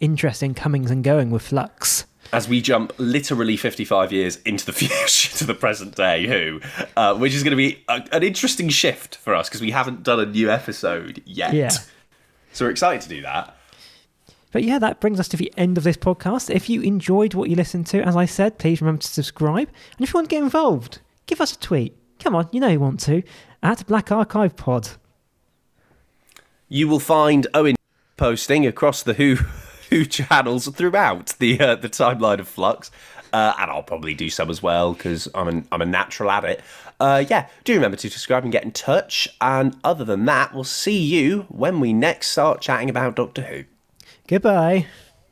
Speaker 1: interesting comings and going with Flux.
Speaker 2: as we jump literally 55 years into the future to the present day who uh, which is going to be a, an interesting shift for us because we haven't done a new episode yet
Speaker 1: Yeah.
Speaker 2: so we're excited to do that
Speaker 1: But yeah, that brings us to the end of this podcast. If you enjoyed what you listened to, as I said, please remember to subscribe. And if you want to get involved, give us a tweet. Come on, you know you want to. At Black Archive Pod.
Speaker 2: you will find owen posting across the who who channels throughout the uh, the timeline of flux uh, and I'll probably do some as well because I'm an, I'm a natural at it. Uh, yeah, do remember to subscribe and get in touch. And other than that, we'll see you when we next start chatting about Doctor Who.
Speaker 1: Goodbye.